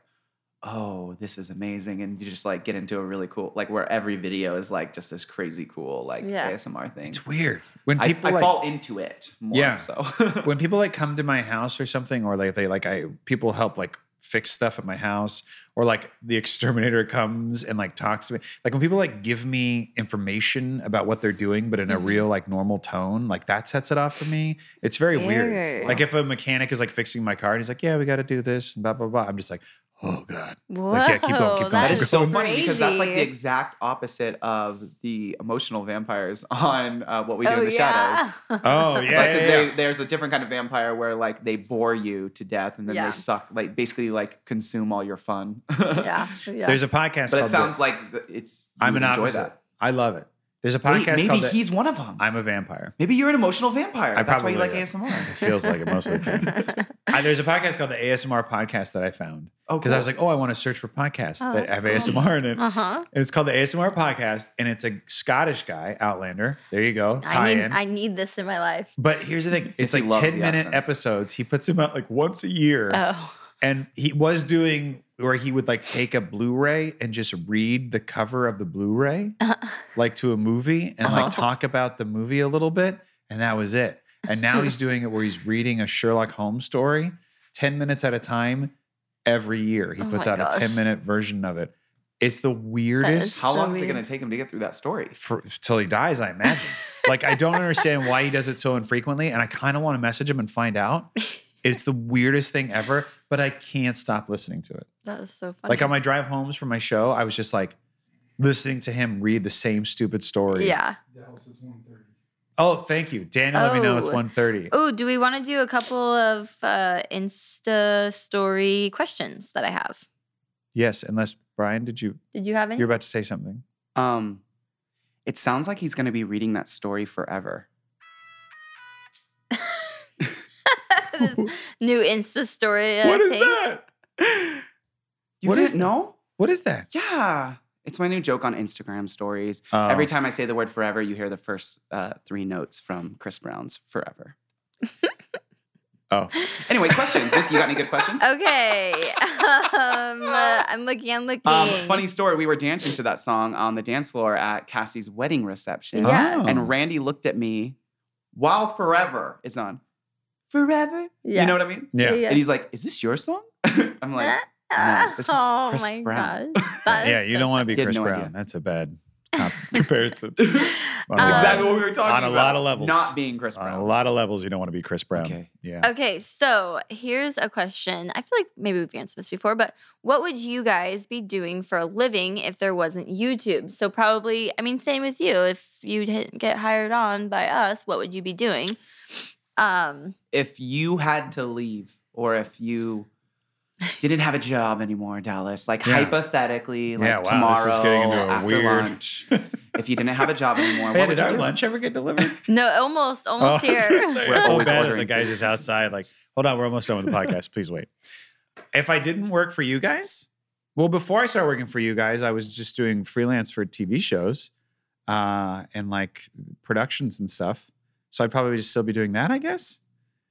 Speaker 1: oh, this is amazing. And you just like get into a really cool, like where every video is like just this crazy cool, like
Speaker 2: Yeah.
Speaker 1: ASMR thing.
Speaker 3: It's weird when
Speaker 1: I,
Speaker 3: people
Speaker 1: I
Speaker 3: like,
Speaker 1: fall into it more.
Speaker 3: Yeah.
Speaker 1: So
Speaker 3: when people like come to my house or something, or like they like I people help like fix stuff at my house, or like the exterminator comes and like talks to me. Like when people like give me information about what they're doing, but in a
Speaker 1: Mm-hmm.
Speaker 2: Mhm.
Speaker 3: real like normal tone, like that sets it off for me. It's very weird.
Speaker 2: Weird.
Speaker 3: Like if a mechanic is like fixing my car and he's like, "Yeah, we got to do this," and blah blah blah. I'm just like, "Oh god."
Speaker 2: Whoa,
Speaker 3: like, yeah, keep going, keep going,
Speaker 1: that
Speaker 2: that
Speaker 1: is
Speaker 3: keep
Speaker 1: so
Speaker 3: going.
Speaker 1: funny because that's like the
Speaker 2: crazy.
Speaker 1: exact opposite of the emotional vampires on uh, what we do in the shadows.
Speaker 3: Oh yeah,
Speaker 1: Like, 'cause
Speaker 3: yeah,
Speaker 1: they-
Speaker 3: yeah.
Speaker 1: there's a different kind of vampire where like they bore you to death and then
Speaker 2: Yeah.
Speaker 1: they suck, like basically like consume all your fun.
Speaker 2: yeah, yeah.
Speaker 3: There's a podcast.
Speaker 1: but
Speaker 3: called
Speaker 1: it
Speaker 3: The-
Speaker 1: sounds like th- it's.
Speaker 3: I'm
Speaker 1: you
Speaker 3: an
Speaker 1: enjoy
Speaker 3: opposite.
Speaker 1: that.
Speaker 3: I love it. There's a
Speaker 1: Wait,
Speaker 3: podcast
Speaker 1: maybe
Speaker 3: called The-
Speaker 1: he's one of them.
Speaker 3: I'm a vampire.
Speaker 1: maybe you're an emotional vampire.
Speaker 3: I
Speaker 1: That's why you like
Speaker 3: probably am. It
Speaker 1: ASMR.
Speaker 3: feels like it most of the time. Uh, there's a podcast called the ASMR podcast that I found
Speaker 1: Oh,
Speaker 3: because I was like, oh, I want to search for podcasts
Speaker 2: Oh,
Speaker 3: that
Speaker 2: that's
Speaker 3: have
Speaker 2: cool.
Speaker 3: ASMR in it.
Speaker 2: uh huh.
Speaker 3: And it's called the ASMR podcast, and it's a Scottish guy, Outlander. There you go, tie
Speaker 2: I need
Speaker 3: in.
Speaker 2: I need this in my life.
Speaker 3: but here's the thing: it's
Speaker 1: He
Speaker 3: like
Speaker 1: loves
Speaker 3: ten
Speaker 1: the
Speaker 3: minute
Speaker 1: accents.
Speaker 3: episodes. He puts them out like once a year,
Speaker 2: Oh,
Speaker 3: and he was doing where he would like take a Blu-ray and just read the cover of the Blu-ray,
Speaker 2: Uh-huh.
Speaker 3: like to a movie, and
Speaker 1: Uh-huh.
Speaker 2: Oh.
Speaker 3: like talk about the movie a little bit, and that was it. And now he's doing it where he's reading a Sherlock Holmes story, ten minutes at a time, every year. He
Speaker 2: Oh
Speaker 3: puts
Speaker 2: my
Speaker 3: out a
Speaker 2: gosh.
Speaker 3: ten minute version of it. It's the weirdest
Speaker 1: how
Speaker 2: So
Speaker 1: long is it
Speaker 2: weird.
Speaker 1: going to take him to get through that story?
Speaker 3: for, till he dies, I imagine. like I don't understand why he does it so infrequently, and I kind of want to message him and find out. It's the weirdest thing ever, but I can't stop listening to it.
Speaker 2: that is so funny.
Speaker 3: Like on my drive homes from my show, I was just like listening to him read the same stupid story.
Speaker 2: yeah.
Speaker 4: Dallas is 130.
Speaker 3: Oh, thank you. Daniel let me know it's
Speaker 2: Oh.
Speaker 3: 1.30.
Speaker 2: Oh, do we want to do a couple of uh, Insta story questions that I have?
Speaker 3: Yes, unless Brian, did you
Speaker 2: Did you have any?
Speaker 3: you're about to say something.
Speaker 1: Um, it sounds like he's going to be reading that story forever.
Speaker 2: This new Insta story. uh, I
Speaker 3: what is
Speaker 2: think.
Speaker 3: that?
Speaker 1: You
Speaker 3: What
Speaker 1: didn't
Speaker 3: is that?
Speaker 1: know?
Speaker 3: What is that?
Speaker 1: Yeah. It's my new joke on Instagram stories.
Speaker 3: Oh,
Speaker 1: Every time I say the word forever, you hear the first uh, three notes from Chris Brown's Forever.
Speaker 3: Oh.
Speaker 1: Anyway, questions. This, you got any good questions?
Speaker 2: Okay. um, uh, I'm looking. I'm looking.
Speaker 1: Um, funny story. We were dancing to that song on the dance floor at Cassie's wedding reception.
Speaker 2: Yeah.
Speaker 3: Oh.
Speaker 1: And Randy looked at me while Forever is on. Forever?
Speaker 2: Yeah.
Speaker 1: You know what I mean?
Speaker 3: yeah.
Speaker 1: And he's like, Is this your song? I'm like,
Speaker 2: Ah,
Speaker 1: no, this is
Speaker 2: oh
Speaker 1: Chris
Speaker 2: my
Speaker 1: Brown.
Speaker 2: gosh. That is
Speaker 3: Yeah, you
Speaker 2: so
Speaker 3: don't want to be
Speaker 1: He had
Speaker 3: Chris
Speaker 1: no
Speaker 3: Brown.
Speaker 1: idea.
Speaker 3: That's a bad comp- comparison.
Speaker 1: That's
Speaker 2: Um,
Speaker 3: On a-
Speaker 1: exactly what we were talking about.
Speaker 3: on a lot of levels.
Speaker 1: Not being Chris
Speaker 3: on
Speaker 1: Brown.
Speaker 3: a lot of levels, you don't want to be Chris Brown.
Speaker 1: Okay.
Speaker 3: Yeah.
Speaker 2: Okay, so here's a question. I feel like maybe we've answered this before, but what would you guys be doing for a living if there wasn't YouTube? So probably, I mean, same with you. If you didn't get hired on by us, what would you be doing? Um,
Speaker 1: if you had to leave or if you didn't have a job anymore, Dallas, like
Speaker 3: Yeah.
Speaker 1: hypothetically, like
Speaker 3: Yeah, wow,
Speaker 1: tomorrow
Speaker 3: this is getting into a
Speaker 1: after
Speaker 3: weird-
Speaker 1: lunch, if you didn't have a job anymore,
Speaker 3: Hey,
Speaker 1: what would
Speaker 3: did
Speaker 1: you
Speaker 3: our
Speaker 1: do?
Speaker 3: lunch ever get delivered?
Speaker 2: no, almost, almost
Speaker 1: Uh,
Speaker 3: I was gonna
Speaker 2: here.
Speaker 3: say,
Speaker 1: We're
Speaker 3: I feel
Speaker 1: always
Speaker 3: bad that
Speaker 1: ordering
Speaker 3: the guys
Speaker 1: food.
Speaker 3: is outside. Like, hold on, we're almost done with the podcast. Please wait. If I didn't work for you guys, Well, before I started working for you guys, I was just doing freelance for TV shows uh, and like productions and stuff. So I'd probably just still be doing that, I guess.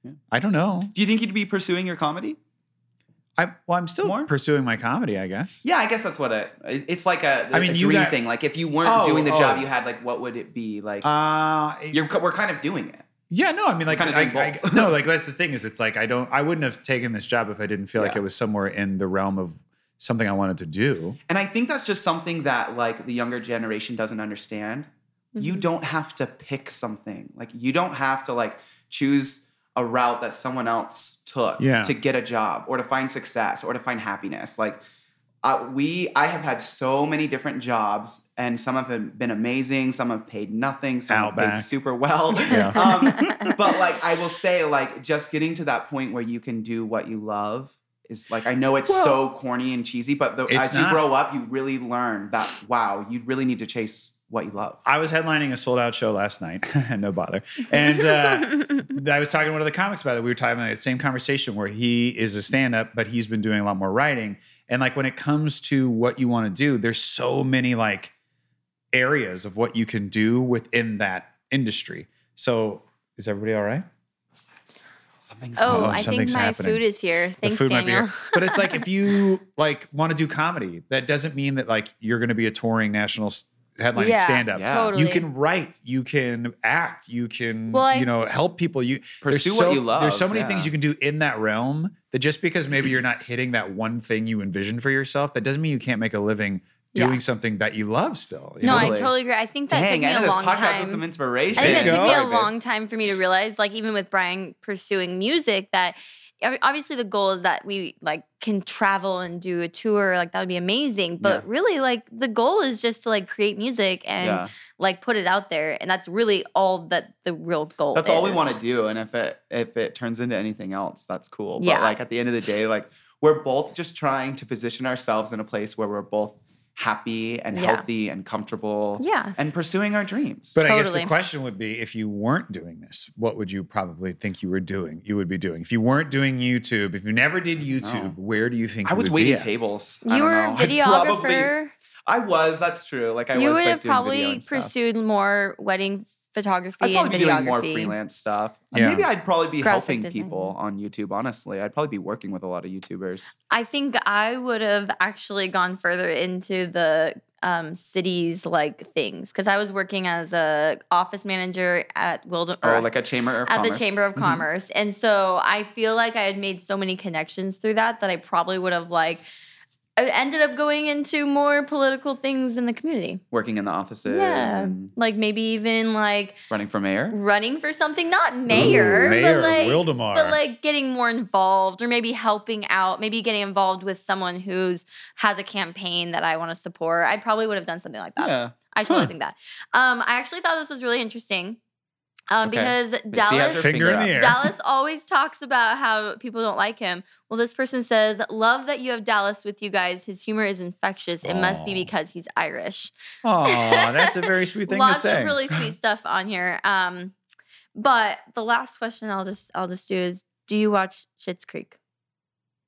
Speaker 1: Yeah.
Speaker 3: I don't know.
Speaker 1: Do you think you'd be pursuing your comedy?
Speaker 3: I well, I'm still
Speaker 1: More?
Speaker 3: pursuing my comedy, I guess.
Speaker 1: Yeah, I guess that's what it. It's like a,
Speaker 3: I
Speaker 1: I
Speaker 3: mean,
Speaker 1: mean,
Speaker 3: you
Speaker 1: dream
Speaker 3: got-
Speaker 1: thing. Like if you weren't
Speaker 3: Oh,
Speaker 1: doing the job
Speaker 3: oh.
Speaker 1: you had, like what would it be? Like
Speaker 3: Uh,
Speaker 1: you're, we're kind of doing it.
Speaker 3: yeah, no, I mean, like,
Speaker 1: kinda
Speaker 3: I,
Speaker 1: doing
Speaker 3: I-
Speaker 1: both.
Speaker 3: no, like that's the thing is, it's like I don't, I wouldn't have taken this job if I didn't feel like
Speaker 1: Yeah.
Speaker 3: it was somewhere in the realm of something I wanted to do.
Speaker 1: And I think that's just something that like the younger generation doesn't understand. You
Speaker 3: Mm-hmm.
Speaker 2: Mhm.
Speaker 1: don't have to pick something. Like you don't have to like choose a route that someone else took
Speaker 3: Yeah.
Speaker 1: to get a job or to find success or to find happiness. Like uh, we, I have had so many different jobs, and some have been amazing. Some have paid nothing. Some have
Speaker 3: Outback.
Speaker 1: paid super well.
Speaker 3: Yeah.
Speaker 1: um, but like I will say, like just getting to that point where you can do what you love is like I know it's
Speaker 3: Well-
Speaker 1: so corny and cheesy, but the,
Speaker 3: It's
Speaker 1: as
Speaker 3: not.
Speaker 1: you grow up, you really learn that wow, you really need to chase what you love.
Speaker 3: I was headlining a sold out show last night, no bother. And uh, I was talking to one of the comics about it. We were talking about the same conversation where he is a stand up, but he's been doing a lot more writing. And like when it comes to what you want to do, there's so many like areas of what you can do within that industry. So is everybody all right?
Speaker 1: Something's
Speaker 2: oh,
Speaker 3: Oh,
Speaker 2: I think
Speaker 3: something's
Speaker 2: my
Speaker 3: happening.
Speaker 2: food is here. Thanks,
Speaker 3: the food
Speaker 2: Daniel.
Speaker 3: might be here. But it's like if you like want to do comedy, that doesn't mean that like you're going to be a touring national s- headlining
Speaker 2: Yeah.
Speaker 3: stand up.
Speaker 1: Yeah.
Speaker 2: Totally.
Speaker 3: You can write, you can act, you can
Speaker 2: Well, I-
Speaker 3: you know help people. You there's
Speaker 1: pursue
Speaker 3: so-
Speaker 1: what you love.
Speaker 3: There's so many
Speaker 1: yeah.
Speaker 3: things you can do in that realm that just because maybe you're not hitting that one thing you envisioned for yourself, that doesn't mean you can't make a living
Speaker 2: Yeah.
Speaker 3: doing something that you love still. you
Speaker 2: No,
Speaker 3: know?
Speaker 2: I totally agree. I think that
Speaker 1: Dang,
Speaker 2: took me
Speaker 1: I know
Speaker 2: a
Speaker 1: this
Speaker 2: long
Speaker 1: podcast
Speaker 2: time.
Speaker 1: was some inspiration.
Speaker 2: I think
Speaker 3: There
Speaker 2: that
Speaker 3: you
Speaker 2: took me
Speaker 3: go.
Speaker 2: a long time for me to realize, like even with Brian pursuing music, that ob- obviously the goal is that we like can travel and do a tour, like that would be amazing. But really, like the goal is just to like create music and
Speaker 1: Yeah.
Speaker 2: like put it out there, and that's really all that the real goal.
Speaker 1: That's all we
Speaker 2: is.
Speaker 1: want to do. And if it if it turns into anything else, that's cool.
Speaker 2: Yeah.
Speaker 1: But like at the end of the day, like we're both just trying to position ourselves in a place where we're both happy and
Speaker 2: Yeah.
Speaker 1: healthy and comfortable
Speaker 2: Yeah.
Speaker 1: and pursuing our dreams.
Speaker 3: But I guess the
Speaker 2: Totally.
Speaker 3: question would be if you weren't doing this, what would you probably think you were doing? You would be doing if you weren't doing YouTube, if you never did YouTube, where do you think
Speaker 1: I
Speaker 3: you
Speaker 1: was
Speaker 3: would
Speaker 1: waiting
Speaker 3: be at?
Speaker 1: tables. I
Speaker 2: You
Speaker 1: don't
Speaker 2: were a
Speaker 1: know. I probably,
Speaker 2: videographer.
Speaker 1: I was. That's true. Like I
Speaker 2: you
Speaker 1: was like,
Speaker 2: would have
Speaker 1: doing video
Speaker 2: probably
Speaker 1: and stuff.
Speaker 2: pursued more wedding photography
Speaker 1: I'd probably
Speaker 2: and
Speaker 1: be
Speaker 2: videography.
Speaker 1: doing more freelance stuff. And
Speaker 3: Uh, Yeah.
Speaker 1: Maybe I'd probably be
Speaker 2: Graphic
Speaker 1: helping
Speaker 2: design.
Speaker 1: people on YouTube. Honestly, I'd probably be working with a lot of YouTubers.
Speaker 2: I think I would have actually gone further into the um, cities like things because I was working as a office manager at Wilder
Speaker 1: Or
Speaker 2: or
Speaker 1: Oh, like a chamber of
Speaker 2: at
Speaker 1: commerce.
Speaker 2: the Chamber of
Speaker 1: Mhm.
Speaker 2: Commerce, and so I feel like I had made so many connections through that that I probably would have like I ended up going into more political things in the community,
Speaker 1: Working in the offices
Speaker 2: Yeah.
Speaker 1: and
Speaker 2: like maybe even like
Speaker 1: running for mayor.
Speaker 2: running for something, not
Speaker 3: Ooh,
Speaker 2: mayor, but
Speaker 3: Mayor
Speaker 2: like
Speaker 3: Wildemar.
Speaker 2: but like getting more involved or maybe helping out maybe getting involved with someone who's has a campaign that i want to support i probably would have done something like that
Speaker 1: Yeah.
Speaker 2: i totally
Speaker 3: Huh.
Speaker 2: think that um i actually thought this was really interesting um
Speaker 1: Okay.
Speaker 2: because
Speaker 1: She has her
Speaker 2: dallas
Speaker 3: Finger in
Speaker 1: up.
Speaker 3: the air.
Speaker 2: dallas always talks about how people don't like him well this person says love that you have dallas with you guys his humor is infectious it must be
Speaker 3: Aw.
Speaker 2: because he's irish
Speaker 3: Aw, that's a very sweet thing
Speaker 2: lots
Speaker 3: to say.
Speaker 2: of really sweet stuff on here um but the last question i'll just i'll just do is do you watch Schitt's creek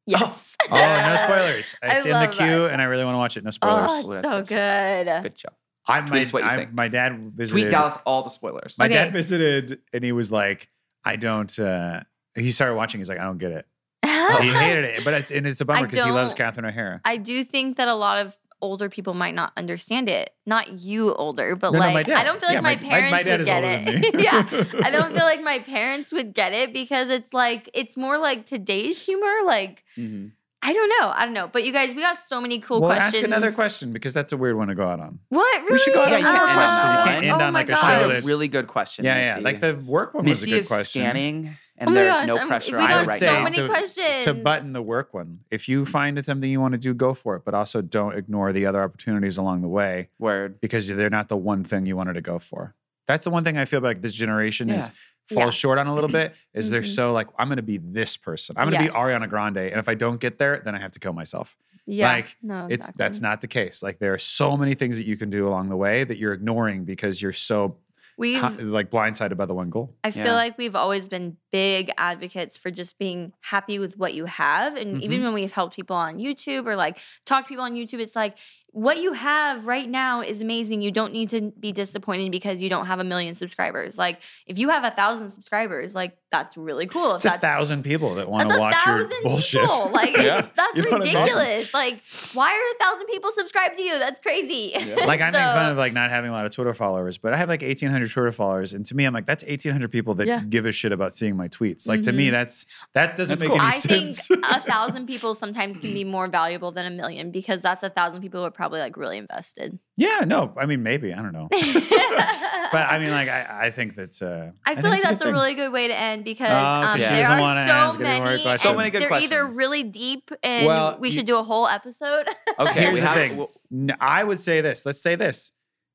Speaker 2: yes
Speaker 3: oh, no spoilers.
Speaker 2: I
Speaker 3: It's in the
Speaker 2: love
Speaker 3: queue, and I really want to watch it. No spoilers.
Speaker 2: oh it's so good
Speaker 1: Good job.
Speaker 3: I
Speaker 1: Tweet
Speaker 3: my,
Speaker 1: us what you
Speaker 3: I-
Speaker 1: think.
Speaker 3: my dad visited.
Speaker 1: Tweet Dallas all the spoilers.
Speaker 3: My
Speaker 2: Okay.
Speaker 3: dad visited, and he was like, "I don't." uh He started watching. He's like, "I don't get it." He hated Oh, it, but it's and it's a bummer because he loves
Speaker 2: don't-
Speaker 3: Catherine O'Hara.
Speaker 2: i do think that a lot of older people might not understand it not you older but
Speaker 3: No, no,
Speaker 2: like
Speaker 3: my dad.
Speaker 2: i don't feel like
Speaker 3: Yeah, my-
Speaker 2: my,
Speaker 3: my- my
Speaker 2: parents
Speaker 3: dad
Speaker 2: would get
Speaker 3: is older than
Speaker 2: it
Speaker 3: me.
Speaker 2: yeah i don't feel like my parents would get it because it's like it's more like today's humor like
Speaker 1: Mhm.
Speaker 2: i don't know i don't know but you guys we got so many cool
Speaker 3: well,
Speaker 2: questions
Speaker 3: ask another question because that's a weird one to go out on.
Speaker 2: What really?
Speaker 3: We should go out
Speaker 1: on a
Speaker 2: oh,
Speaker 1: weekend question. You can't
Speaker 2: oh
Speaker 1: end
Speaker 3: on,
Speaker 2: my
Speaker 3: like, a
Speaker 2: gosh.
Speaker 3: show
Speaker 1: That
Speaker 3: that-
Speaker 1: was a really good question.
Speaker 3: yeah, yeah.
Speaker 1: Missy.
Speaker 3: Like the work one
Speaker 1: Missy
Speaker 3: was a good
Speaker 1: is
Speaker 3: question.
Speaker 1: scanning, and
Speaker 2: Oh my
Speaker 1: there's
Speaker 2: gosh,
Speaker 1: no
Speaker 2: I'm-
Speaker 1: pressure
Speaker 2: we
Speaker 1: on
Speaker 3: I
Speaker 1: her
Speaker 2: got
Speaker 3: would
Speaker 1: right
Speaker 3: say
Speaker 2: so
Speaker 1: now.
Speaker 2: many
Speaker 3: to-
Speaker 2: questions.
Speaker 3: To button the work one, if you find something you want to do, go for it. But also don't ignore the other opportunities along the way
Speaker 1: Word.
Speaker 3: because they're not the one thing you wanted to go for. That's the one thing I feel like this generation is falls
Speaker 2: Yeah.
Speaker 3: short on a little bit. Is they're
Speaker 2: Mhm.
Speaker 3: so like I'm going to be this person. I'm going to
Speaker 2: Yes.
Speaker 3: be Ariana Grande, and if I don't get there, then I have to kill myself.
Speaker 2: yeah,
Speaker 3: like,
Speaker 2: no,
Speaker 3: It's that's not the case. Like there are so many things that you can do along the way that you're ignoring because you're so
Speaker 2: We've
Speaker 3: Ha- like blindsided by the one goal.
Speaker 2: I feel
Speaker 1: Yeah.
Speaker 2: like we've always been big advocates for just being happy with what you have. And
Speaker 3: Mm-hmm.
Speaker 2: even when we've helped people on YouTube or like talked to people on YouTube, it's like what you have right now is amazing. You don't need to be disappointed because you don't have a million subscribers. Like if you have a thousand subscribers, like that's really cool. If
Speaker 3: It's a
Speaker 2: that's
Speaker 3: thousand people that want
Speaker 2: That's
Speaker 3: to
Speaker 2: a
Speaker 3: watch your
Speaker 2: thousand
Speaker 3: bullshit.
Speaker 2: people. Like
Speaker 1: Yeah.
Speaker 2: that's
Speaker 3: You know what I mean?
Speaker 2: ridiculous. Like why are a thousand people subscribed to you? That's crazy.
Speaker 1: Yeah.
Speaker 3: like I make fun
Speaker 2: So-
Speaker 3: of like not having a lot of Twitter followers, but I have like 1,800 Twitter followers, and to me, I'm like that's 1,800 people that
Speaker 2: Yeah. Mm-hmm.
Speaker 3: give a shit about seeing my tweets. Like to me, that's that doesn't
Speaker 1: That's
Speaker 3: make
Speaker 1: cool.
Speaker 3: any
Speaker 2: I think
Speaker 3: sense.
Speaker 2: a thousand people sometimes can be more valuable than a million because that's a thousand people who are probably like really invested.
Speaker 3: yeah, no, I mean maybe I don't know, but
Speaker 2: I
Speaker 3: I mean like I, I think that's. Uh,
Speaker 2: feel
Speaker 3: think
Speaker 2: like
Speaker 3: it's good
Speaker 2: that's a,
Speaker 3: thing.
Speaker 2: really good way to end because
Speaker 3: Oh,
Speaker 2: um,
Speaker 1: okay. She
Speaker 2: there
Speaker 3: doesn't
Speaker 2: are
Speaker 3: wanna
Speaker 2: so
Speaker 3: ask any more
Speaker 2: many. and
Speaker 1: questions. So many good
Speaker 2: they're either
Speaker 1: questions.
Speaker 2: really deep and
Speaker 3: Well,
Speaker 2: we
Speaker 3: you-
Speaker 2: should do a whole episode.
Speaker 1: Okay,
Speaker 3: Here's
Speaker 1: we
Speaker 3: the
Speaker 1: have-
Speaker 3: thing.
Speaker 1: well,
Speaker 3: N- I would say this. Let's say this.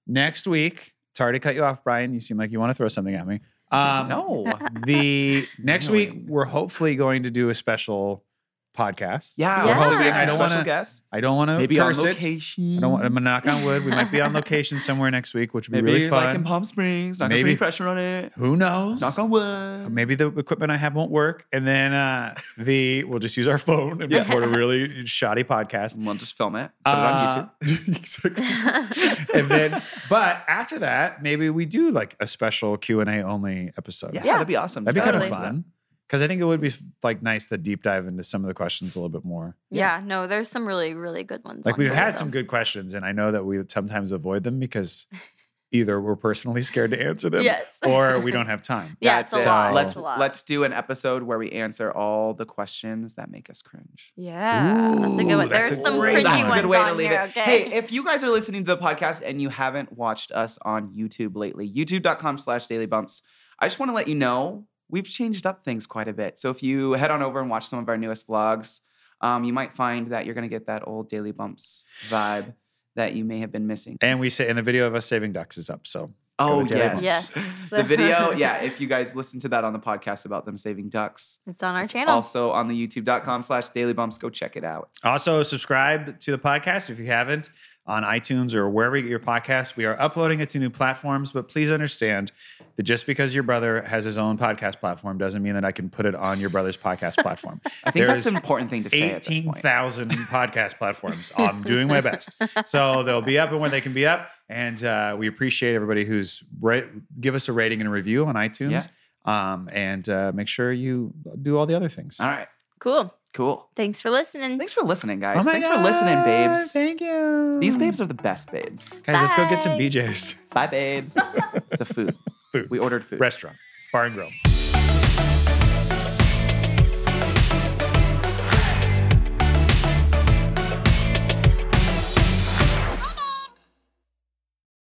Speaker 3: Next week, sorry to cut you off, Brian. You seem like you want to throw something at me. Um,
Speaker 1: no.
Speaker 3: The next
Speaker 1: Really?
Speaker 3: week, we're hopefully going to do a special podcast.
Speaker 1: Yeah,
Speaker 2: Yeah.
Speaker 1: we're hoping we have
Speaker 3: I
Speaker 1: some
Speaker 3: don't
Speaker 1: special
Speaker 3: wanna-
Speaker 1: guests.
Speaker 3: I don't want to
Speaker 1: Maybe on
Speaker 3: curse it.
Speaker 1: location.
Speaker 3: I don't want to knock on wood. We might be on location somewhere next week, which would be
Speaker 1: Maybe
Speaker 3: really fun.
Speaker 1: like in Palm Springs. Not gonna
Speaker 3: Maybe.
Speaker 1: put any pressure on it.
Speaker 3: Who knows?
Speaker 1: Knock on wood.
Speaker 3: Maybe the equipment I have won't work, and then uh, the we'll just use our phone and
Speaker 1: Yeah.
Speaker 3: record a really shoddy podcast.
Speaker 1: We'll just film it. Put it on YouTube.
Speaker 3: Uh, exactly. and then but after that maybe we do like a special q&a only episode
Speaker 1: Yeah,
Speaker 2: Yeah.
Speaker 1: that'd be awesome.
Speaker 3: that'd be
Speaker 1: Totally.
Speaker 3: kind of fun because i think it would be like nice to deep dive into some of the questions a little bit more
Speaker 2: yeah, no, there's some really, really good ones.
Speaker 3: like
Speaker 2: on
Speaker 3: we've
Speaker 2: there,
Speaker 3: had
Speaker 2: so.
Speaker 3: some good questions and i know that we sometimes avoid them because either we're personally scared to answer them
Speaker 2: Yes.
Speaker 3: or we don't have time
Speaker 2: Yeah,
Speaker 1: That's
Speaker 2: it's a
Speaker 1: it.
Speaker 2: lot.
Speaker 1: Let's
Speaker 2: It's a lot.
Speaker 1: let's do an episode where we answer all the questions that make us cringe.
Speaker 2: Yeah, that's a good
Speaker 3: Ooh,
Speaker 2: one.
Speaker 3: that's
Speaker 2: There's
Speaker 3: a
Speaker 2: some
Speaker 3: great
Speaker 2: cringy
Speaker 3: one.
Speaker 1: That's a
Speaker 2: ones
Speaker 1: good way
Speaker 2: on
Speaker 1: to leave
Speaker 2: here.
Speaker 1: it.
Speaker 2: Okay.
Speaker 1: Hey, if you guys are listening to the podcast and you haven't watched us on YouTube lately, youtube.com slash daily bumps, I just want to let you know we've changed up things quite a bit. So if you head on over and watch some of our newest vlogs, um, you might find that you're going to get that old daily bumps vibe that you may have been missing.
Speaker 3: and we say and the video of us saving ducks is up so Go
Speaker 1: Oh,
Speaker 3: to Daily
Speaker 1: yes.
Speaker 2: yes,
Speaker 1: The video, yeah, if you guys listen to that on the podcast about them saving ducks,
Speaker 2: it's on our channel.
Speaker 1: also on the youtube.com slash daily bumps, go check it out.
Speaker 3: Also, subscribe to the podcast if you haven't on iTunes or wherever you get your podcast. We are uploading it to new platforms, but please understand that just because your brother has his own podcast platform doesn't mean that I can put it on your brother's podcast platform.
Speaker 1: I think that's
Speaker 3: There's
Speaker 1: an important thing to say at this point.
Speaker 3: 18,000 podcast platforms. I'm doing my best. So they'll be up and when they can be up. And uh, we appreciate everybody who's ra- give us a rating and a review on iTunes. Um, and uh, make sure you do all the other things.
Speaker 1: All right,
Speaker 2: Cool.
Speaker 1: cool.
Speaker 2: Thanks for listening.
Speaker 1: Thanks for listening, guys.
Speaker 3: Oh my
Speaker 1: Thanks for listening,
Speaker 3: God,
Speaker 1: babes.
Speaker 3: Thank you.
Speaker 1: These babes are the best babes.
Speaker 3: Guys, let's go get some
Speaker 2: Bye.
Speaker 3: BJ's.
Speaker 1: Bye, babes. the food.
Speaker 3: Food.
Speaker 1: We ordered food.
Speaker 3: Restaurant. Bar and grill.